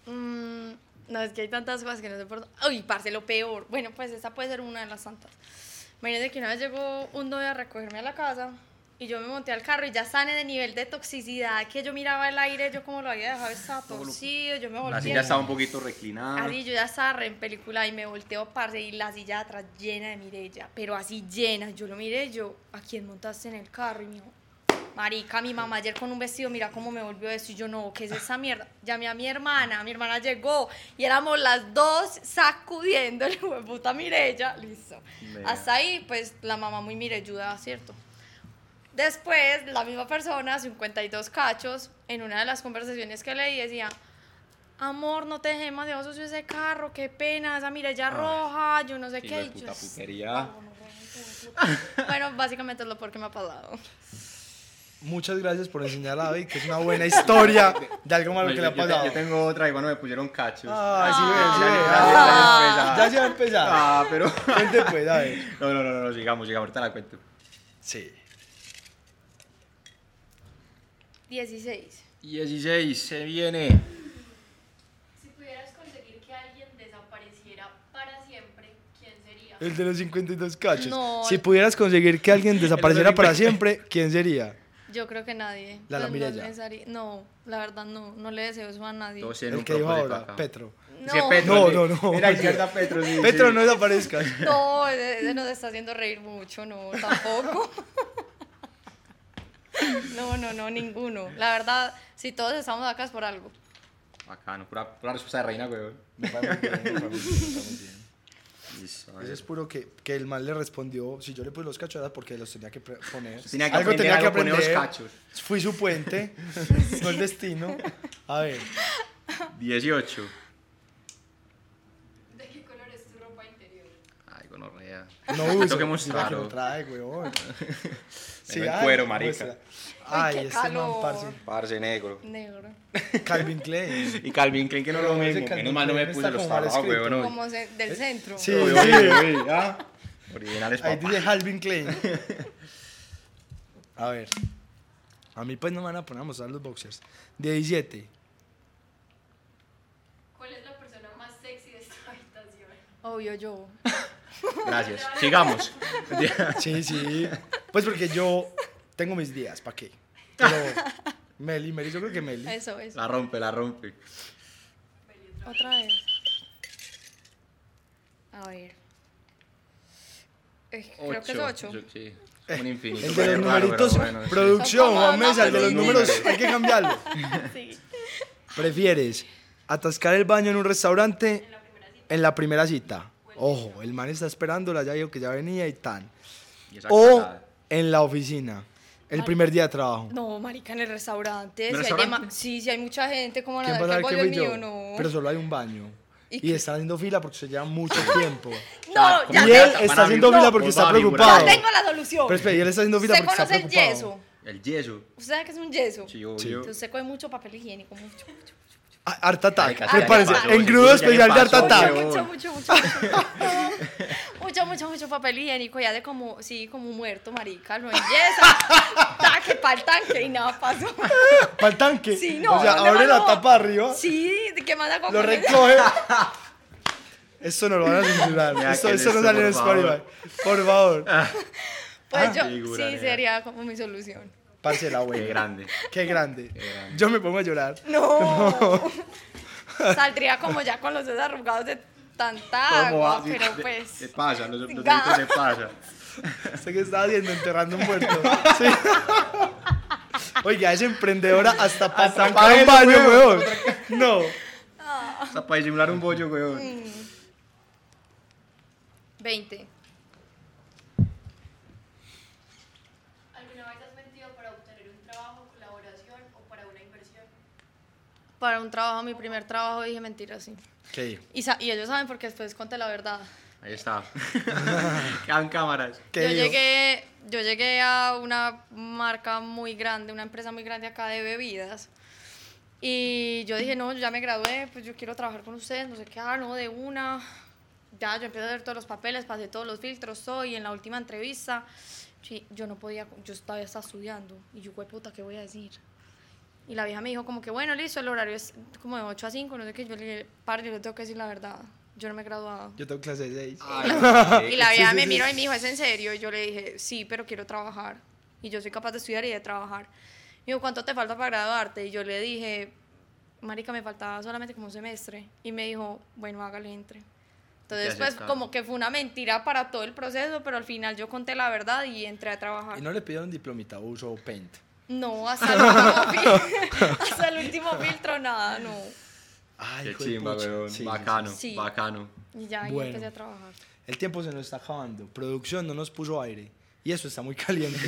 [SPEAKER 3] Mm, no, es que hay tantas cosas que no sé por dónde- Uy, parce, lo peor. Bueno, pues esta puede ser una de las tantas. Imagínate que una vez llegó un novio a recogerme a la casa y yo me monté al carro y ya sane de nivel de toxicidad que yo miraba el aire, yo como lo había dejado, estaba torcido, yo me volteé.
[SPEAKER 2] La silla estaba un poquito reclinada.
[SPEAKER 3] Así, yo ya estaba re en película y me volteo, parce, y la silla de atrás llena de Mirella, pero así llena. Yo lo miré, yo, ¿a quién montaste en el carro? Y me dijo, marica, mi mamá ayer con un vestido, mira cómo me volvió eso. Y yo, no, ¿qué es esa mierda? Llamé a mi hermana, mi hermana llegó, y éramos las dos sacudiéndole, puta Mirella, listo.
[SPEAKER 2] Vea.
[SPEAKER 3] Hasta ahí, pues, la mamá muy mirelluda, ¿cierto? Después, la misma persona, 52 cachos, en una de las conversaciones que leí decía, amor, no te dejé demasiado sucio ese carro, qué pena, esa mirella roja, yo no sé
[SPEAKER 2] Hijo
[SPEAKER 3] qué.
[SPEAKER 2] de
[SPEAKER 3] y yo,
[SPEAKER 2] puta putería.
[SPEAKER 3] bueno, básicamente es lo porque me ha pasado.
[SPEAKER 1] Muchas gracias por enseñar a David que es una buena historia de algo malo
[SPEAKER 2] Yo-
[SPEAKER 1] que le ha
[SPEAKER 2] yo te-
[SPEAKER 1] pasado.
[SPEAKER 2] Yo tengo otra, igual no me pusieron cachos.
[SPEAKER 1] Ay, sí, ve, sí,
[SPEAKER 2] Ya-
[SPEAKER 1] ve.
[SPEAKER 2] ya-
[SPEAKER 1] Ah,
[SPEAKER 2] ya-
[SPEAKER 1] Ya se va a empezar.
[SPEAKER 2] Ah, pero...
[SPEAKER 1] Cuente pues, a ver.
[SPEAKER 2] No, no, no, no, sigamos, sigamos, ahorita la cuento.
[SPEAKER 1] Sí.
[SPEAKER 3] 16.
[SPEAKER 2] 16, se viene.
[SPEAKER 4] Si pudieras conseguir que alguien desapareciera para siempre, ¿quién sería?
[SPEAKER 1] El de los 52 cachos.
[SPEAKER 3] No.
[SPEAKER 1] Si pudieras conseguir que alguien desapareciera para siempre, ¿quién sería?
[SPEAKER 3] Yo creo que nadie.
[SPEAKER 1] La- la
[SPEAKER 3] no
[SPEAKER 1] Mirella.
[SPEAKER 3] pensaría- No, la verdad no, no le deseo eso a nadie.
[SPEAKER 2] Todos tienen
[SPEAKER 1] El
[SPEAKER 2] un
[SPEAKER 1] que dijo
[SPEAKER 2] propósito
[SPEAKER 1] ahora,
[SPEAKER 2] acá.
[SPEAKER 1] Petro.
[SPEAKER 2] Es que
[SPEAKER 3] No.
[SPEAKER 2] Petro,
[SPEAKER 1] No,
[SPEAKER 2] sí.
[SPEAKER 1] no, no.
[SPEAKER 2] Mira, izquierda Petro, sí,
[SPEAKER 1] Petro,
[SPEAKER 2] sí.
[SPEAKER 1] no desaparezcas.
[SPEAKER 3] No, ese ese nos está haciendo reír mucho, no, tampoco. No, no, no, ninguno. La verdad, si todos estamos acá es por algo.
[SPEAKER 2] Bacano, pura, pura respuesta de reina, weón. Listo, a
[SPEAKER 1] Eso
[SPEAKER 2] ver.
[SPEAKER 1] es puro que, que el mal le respondió, si yo le puse los cachos era porque los tenía que pre- poner.
[SPEAKER 2] Tenía que aprender, algo poner los cachos.
[SPEAKER 1] Fui su puente, no el destino. A ver,
[SPEAKER 2] 18.
[SPEAKER 4] ¿De qué color es tu ropa interior?
[SPEAKER 2] Ay, gonorrea.
[SPEAKER 1] no
[SPEAKER 2] Me
[SPEAKER 1] uso.
[SPEAKER 2] tengo que
[SPEAKER 1] la que
[SPEAKER 2] mostrarlo.
[SPEAKER 1] no trae, weón.
[SPEAKER 2] Vengo en oh. cuero, marica.
[SPEAKER 1] muestra. Ay,
[SPEAKER 3] qué
[SPEAKER 1] este man,
[SPEAKER 3] calor.
[SPEAKER 1] parce.
[SPEAKER 2] Parce negro.
[SPEAKER 3] Negro.
[SPEAKER 1] Calvin Klein.
[SPEAKER 2] Y Calvin Klein que no lo
[SPEAKER 1] Pero ese
[SPEAKER 2] mismo.
[SPEAKER 1] Calvin
[SPEAKER 2] Menos mal no
[SPEAKER 1] Klein
[SPEAKER 2] me
[SPEAKER 1] está
[SPEAKER 2] puse los
[SPEAKER 1] como mal
[SPEAKER 2] trabajos,
[SPEAKER 1] escrito.
[SPEAKER 2] weón. hoy.
[SPEAKER 3] Como se- del centro.
[SPEAKER 1] ¿Eh? Sí,
[SPEAKER 2] Uy,
[SPEAKER 1] sí.
[SPEAKER 2] uy, uy, ah. Originales,
[SPEAKER 1] Ahí
[SPEAKER 2] papá.
[SPEAKER 1] dice Calvin Klein. A ver, a mí pues no me van a poner a mostrar los boxers. 17.
[SPEAKER 4] ¿Cuál es la persona más sexy de esta habitación?
[SPEAKER 3] Obvio yo.
[SPEAKER 2] Gracias. Sigamos.
[SPEAKER 1] Sí, sí. Pues porque yo tengo mis días, ¿para qué? Pero Meli, Meli, yo creo que Meli.
[SPEAKER 3] Eso, eso.
[SPEAKER 2] La rompe, la rompe.
[SPEAKER 3] Otra vez. A ver. eh, creo que es ocho.
[SPEAKER 2] Yo- sí, un infinito.
[SPEAKER 1] Eh, El de
[SPEAKER 2] parece
[SPEAKER 1] los
[SPEAKER 2] raro,
[SPEAKER 1] numeritos,
[SPEAKER 2] pero bueno, sí.
[SPEAKER 1] producción,
[SPEAKER 3] Son
[SPEAKER 1] Juan
[SPEAKER 3] como
[SPEAKER 1] Mesa, el de los
[SPEAKER 2] ambas
[SPEAKER 1] números,
[SPEAKER 2] líneas.
[SPEAKER 1] hay que cambiarlo.
[SPEAKER 3] Sí.
[SPEAKER 1] ¿Prefieres atascar el baño en un restaurante en la primera cita? Ojo, el man está esperándola, ya dijo que ya venía y tan.
[SPEAKER 2] Y esa
[SPEAKER 1] O
[SPEAKER 2] cagada.
[SPEAKER 1] en la oficina, el primer día de trabajo.
[SPEAKER 3] No, marica, en el restaurante.
[SPEAKER 2] ¿En
[SPEAKER 3] Si
[SPEAKER 2] el
[SPEAKER 3] hay, dema-
[SPEAKER 2] restaurante?
[SPEAKER 3] sí, si hay mucha gente, como
[SPEAKER 1] ¿Quién va
[SPEAKER 3] la
[SPEAKER 1] a
[SPEAKER 3] del
[SPEAKER 1] saber que
[SPEAKER 3] bollo
[SPEAKER 1] fui
[SPEAKER 3] es
[SPEAKER 1] yo?
[SPEAKER 3] mío, no.
[SPEAKER 1] Pero solo hay un baño.
[SPEAKER 3] ¿Y
[SPEAKER 1] Y,
[SPEAKER 3] qué?
[SPEAKER 1] están haciendo fila porque se lleva mucho tiempo.
[SPEAKER 3] No,
[SPEAKER 2] Como
[SPEAKER 1] Y
[SPEAKER 3] ya
[SPEAKER 1] él
[SPEAKER 2] que
[SPEAKER 3] sé.
[SPEAKER 2] van a
[SPEAKER 1] está
[SPEAKER 2] vibrar,
[SPEAKER 1] haciendo fila porque
[SPEAKER 2] va
[SPEAKER 1] está
[SPEAKER 2] a vibrar.
[SPEAKER 1] preocupado.
[SPEAKER 3] Yo tengo la solución.
[SPEAKER 1] Pero espera, y él está haciendo fila
[SPEAKER 3] Usted
[SPEAKER 1] porque está
[SPEAKER 3] conoce el
[SPEAKER 1] preocupado.
[SPEAKER 3] yeso.
[SPEAKER 2] El yeso.
[SPEAKER 3] Usted sabe que es un yeso.
[SPEAKER 2] Sí, obvio.
[SPEAKER 1] Sí.
[SPEAKER 3] Entonces se coge mucho papel higiénico, mucho, mucho,
[SPEAKER 1] Ah, Art Attack,
[SPEAKER 2] Ay,
[SPEAKER 1] prepárense.
[SPEAKER 3] ya pasó,
[SPEAKER 1] En crudo
[SPEAKER 2] ya
[SPEAKER 1] especial de Art
[SPEAKER 2] pasó,
[SPEAKER 1] Attack.
[SPEAKER 2] huevón.
[SPEAKER 3] mucho, mucho, mucho, mucho, mucho, mucho, mucho, mucho papel higiénico y hace como, sí, como un muerto, marica, no hay yesa, taque para el tanque y nada pasó.
[SPEAKER 1] Para el tanque.
[SPEAKER 3] Sí, no,
[SPEAKER 1] o sea,
[SPEAKER 3] ¿dónde
[SPEAKER 1] abre
[SPEAKER 3] va
[SPEAKER 1] la
[SPEAKER 3] lo-
[SPEAKER 1] tapa arriba,
[SPEAKER 3] Sí, ¿de qué más hago?
[SPEAKER 1] lo
[SPEAKER 3] con eso?
[SPEAKER 1] recoge. Esto no lo van a censurar.
[SPEAKER 2] Ya,
[SPEAKER 1] Esto,
[SPEAKER 2] que
[SPEAKER 1] esto no
[SPEAKER 2] listo,
[SPEAKER 1] sale en
[SPEAKER 2] por favor.
[SPEAKER 1] Spotify. Por favor.
[SPEAKER 3] Pues
[SPEAKER 2] Ah.
[SPEAKER 3] yo,
[SPEAKER 2] figura,
[SPEAKER 3] sí,
[SPEAKER 2] nena.
[SPEAKER 3] sería como mi solución.
[SPEAKER 1] Parce la abuela.
[SPEAKER 2] Qué grande.
[SPEAKER 1] Qué grande.
[SPEAKER 2] grande.
[SPEAKER 1] Yo me pongo a llorar.
[SPEAKER 3] No. Saldría como ya con los dedos arrugados de tanta
[SPEAKER 2] ¿Cómo va?
[SPEAKER 3] agua, pero
[SPEAKER 2] De- Se
[SPEAKER 3] pues...
[SPEAKER 2] pasa, los, los
[SPEAKER 3] Ga-
[SPEAKER 2] deditos se pasan.
[SPEAKER 1] Sé que estaba haciendo enterrando un muerto. Sí. Oiga, es emprendedora hasta para
[SPEAKER 2] Hasta
[SPEAKER 1] trancar un
[SPEAKER 2] pa' eso,
[SPEAKER 1] baño,
[SPEAKER 2] weón.
[SPEAKER 1] weón. No.
[SPEAKER 2] Hasta para disimular un bollo, weón.
[SPEAKER 3] 20.
[SPEAKER 4] ¿Alguna vez has mentido para obtener un trabajo, colaboración o para una inversión?
[SPEAKER 3] Para un trabajo, mi primer trabajo, dije mentira, sí.
[SPEAKER 1] ¿Qué?
[SPEAKER 3] Y, sa- y ellos saben porque después conté la verdad.
[SPEAKER 2] Ahí está. Quedan cámaras.
[SPEAKER 1] ¿Qué
[SPEAKER 3] yo,
[SPEAKER 1] dijo?
[SPEAKER 3] llegué, yo llegué a una marca muy grande, una empresa muy grande acá de bebidas. Y yo dije, no, yo ya me gradué, pues yo quiero trabajar con ustedes, no sé qué, ah, no, de una. Ya, yo empecé a hacer todos los papeles, pasé todos los filtros, todo, y en la última entrevista, sí, yo no podía, yo todavía estaba estudiando. Y yo, "Hue puta, ¿qué voy a decir? Y la vieja me dijo como que, bueno, listo, el horario es como de 8 a 5, no sé qué. Yo le dije, par, yo le tengo que decir la verdad, yo no me he graduado.
[SPEAKER 1] Yo tengo clase 6.
[SPEAKER 3] Y
[SPEAKER 2] Ay,
[SPEAKER 3] la vieja
[SPEAKER 1] sí,
[SPEAKER 3] me
[SPEAKER 1] sí.
[SPEAKER 3] miró y me dijo, ¿es en serio? Y yo le dije, sí, pero quiero trabajar. Y yo soy capaz de estudiar y de trabajar. Me dijo, ¿cuánto te falta para graduarte? Y yo le dije, marica, me faltaba solamente como un semestre. Y me dijo, bueno, hágale, entre. Entonces, pues,
[SPEAKER 2] aceptaron.
[SPEAKER 3] como que fue una mentira para todo el proceso, pero al final yo conté la verdad y entré a trabajar.
[SPEAKER 1] Y
[SPEAKER 3] No,
[SPEAKER 1] no le pidieron diplomita, uso paint.
[SPEAKER 3] hasta, el último fil- hasta el último filtro, nada, no.
[SPEAKER 1] Ay,
[SPEAKER 2] Qué
[SPEAKER 1] hijo de
[SPEAKER 2] chimba,
[SPEAKER 1] pucha.
[SPEAKER 2] weón.
[SPEAKER 1] Sí, sí,
[SPEAKER 2] bacano,
[SPEAKER 3] Sí.
[SPEAKER 2] bacano.
[SPEAKER 3] Y ya ahí
[SPEAKER 1] Bueno.
[SPEAKER 3] empecé a trabajar.
[SPEAKER 1] El tiempo se nos está acabando. Producción no nos puso aire. Y eso está muy caliente.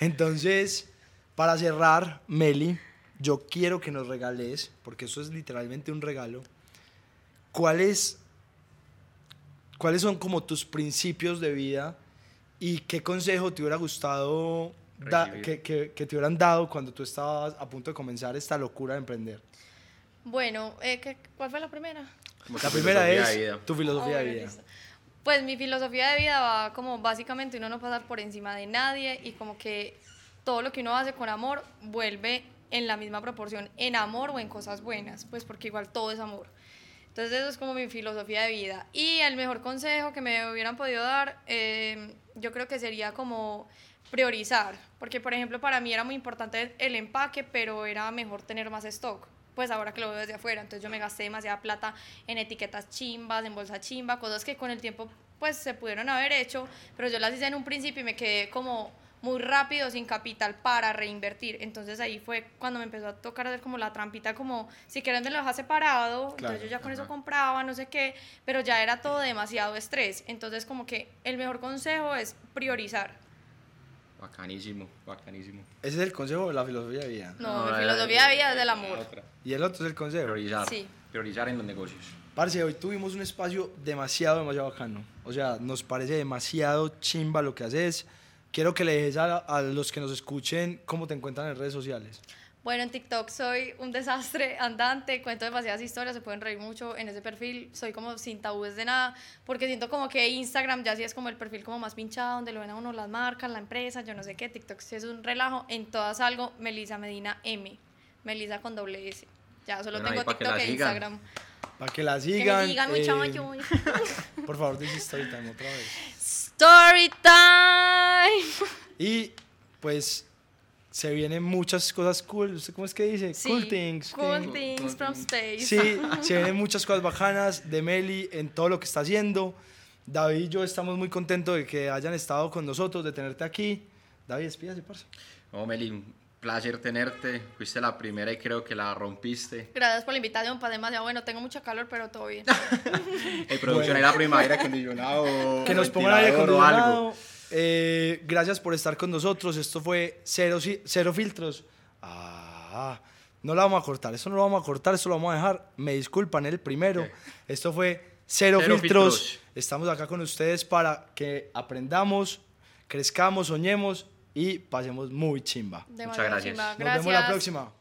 [SPEAKER 1] Entonces, para cerrar, Meli, yo quiero que nos regales, porque eso es literalmente un regalo, ¿cuáles, cuáles son como tus principios de vida y qué consejo te hubiera gustado da-
[SPEAKER 2] Recibir.
[SPEAKER 1] que, que- que te hubieran dado cuando tú estabas a punto de comenzar esta locura de emprender?
[SPEAKER 3] Bueno, eh, ¿qué- ¿cuál fue la primera?
[SPEAKER 2] Como
[SPEAKER 1] La
[SPEAKER 2] tu
[SPEAKER 1] primera es
[SPEAKER 2] filosofía de vida.
[SPEAKER 1] tu filosofía
[SPEAKER 3] Ah,
[SPEAKER 1] de
[SPEAKER 3] bueno,
[SPEAKER 1] vida.
[SPEAKER 3] listo. Pues mi filosofía de vida va como básicamente uno no pasar por encima de nadie y como que todo lo que uno hace con amor vuelve en la misma proporción en amor o en cosas buenas, pues porque igual todo es amor. Entonces eso es como mi filosofía de vida. Y el mejor consejo que me hubieran podido dar, eh, yo creo que sería como priorizar, porque por ejemplo para mí era muy importante el empaque, pero era mejor tener más stock. Pues ahora que lo veo desde afuera, entonces yo me gasté demasiada plata en etiquetas chimbas, en bolsa chimba, cosas que con el tiempo pues se pudieron haber hecho, pero yo las hice en un principio y me quedé como muy rápido sin capital para reinvertir. Entonces ahí fue cuando me empezó a tocar hacer como la trampita, como si quieren te lo deja separado, entonces yo ya con eso
[SPEAKER 2] ajá.
[SPEAKER 3] compraba, no sé qué, pero ya era todo demasiado estrés. Entonces como que el mejor consejo es priorizar.
[SPEAKER 2] Bacanísimo, bacanísimo.
[SPEAKER 1] Ese es el consejo de la filosofía de vida.
[SPEAKER 3] No, mi
[SPEAKER 2] la-
[SPEAKER 3] filosofía de vida es del
[SPEAKER 2] la
[SPEAKER 3] amor.
[SPEAKER 2] otra.
[SPEAKER 1] Y el otro es el consejo.
[SPEAKER 2] Priorizar.
[SPEAKER 3] Sí.
[SPEAKER 2] Priorizar en los negocios.
[SPEAKER 1] Parce, hoy tuvimos un espacio demasiado, demasiado bacano. O sea, nos parece demasiado chimba lo que haces. Quiero que le dejes a, a los que nos escuchen cómo te encuentran en redes sociales.
[SPEAKER 3] Bueno, en TikTok soy un desastre andante, cuento demasiadas historias, se pueden reír mucho en ese perfil, soy como sin tabúes de nada, porque siento como que Instagram ya sí es como el perfil como más pinchado, donde lo ven a uno las marcas, la empresa, yo no sé qué, TikTok sí es un relajo, en todas algo, Melisa Medina M, Melisa con doble S, ya solo
[SPEAKER 2] Bueno, ahí
[SPEAKER 3] tengo
[SPEAKER 2] pa' que
[SPEAKER 3] TikTok
[SPEAKER 2] la
[SPEAKER 3] e
[SPEAKER 2] sigan.
[SPEAKER 3] Instagram.
[SPEAKER 1] Para que la
[SPEAKER 3] Que me
[SPEAKER 1] sigan.
[SPEAKER 3] digan
[SPEAKER 1] eh,
[SPEAKER 3] mucho,
[SPEAKER 1] Por favor, dice story time otra vez.
[SPEAKER 3] Story time.
[SPEAKER 1] Y pues se vienen muchas cosas cool. ¿Usted cómo es que dice?
[SPEAKER 3] Sí,
[SPEAKER 1] cool things.
[SPEAKER 3] Cool
[SPEAKER 1] thing.
[SPEAKER 3] things from space.
[SPEAKER 1] Sí, se vienen muchas cosas bacanas de Meli en todo lo que está haciendo. David y yo estamos muy contentos de que hayan estado con nosotros, de tenerte aquí. David, despídase, parce.
[SPEAKER 2] No, Meli, un placer tenerte. Fuiste la primera y creo que la rompiste.
[SPEAKER 3] Gracias por la invitación, pasé demasiado bueno, tengo mucha calor, pero todo bien.
[SPEAKER 2] El producción era primavera acondicionado.
[SPEAKER 1] que nos pongan aire
[SPEAKER 2] ventilador o
[SPEAKER 1] acondicionado. Eh, gracias por estar con nosotros. Esto fue Cero, Ci- Cero Filtros. Ah, no la vamos a cortar. Eso no lo vamos a cortar. Eso lo vamos a dejar. Me disculpan el primero.
[SPEAKER 2] Ok.
[SPEAKER 1] Esto fue Cero,
[SPEAKER 2] Cero
[SPEAKER 1] filtros.
[SPEAKER 2] Filtros.
[SPEAKER 1] Estamos acá con ustedes para que aprendamos, crezcamos, soñemos y pasemos muy chimba.
[SPEAKER 3] Demasiado
[SPEAKER 2] gracias.
[SPEAKER 3] chimba.
[SPEAKER 2] Nos
[SPEAKER 1] Nos vemos la próxima.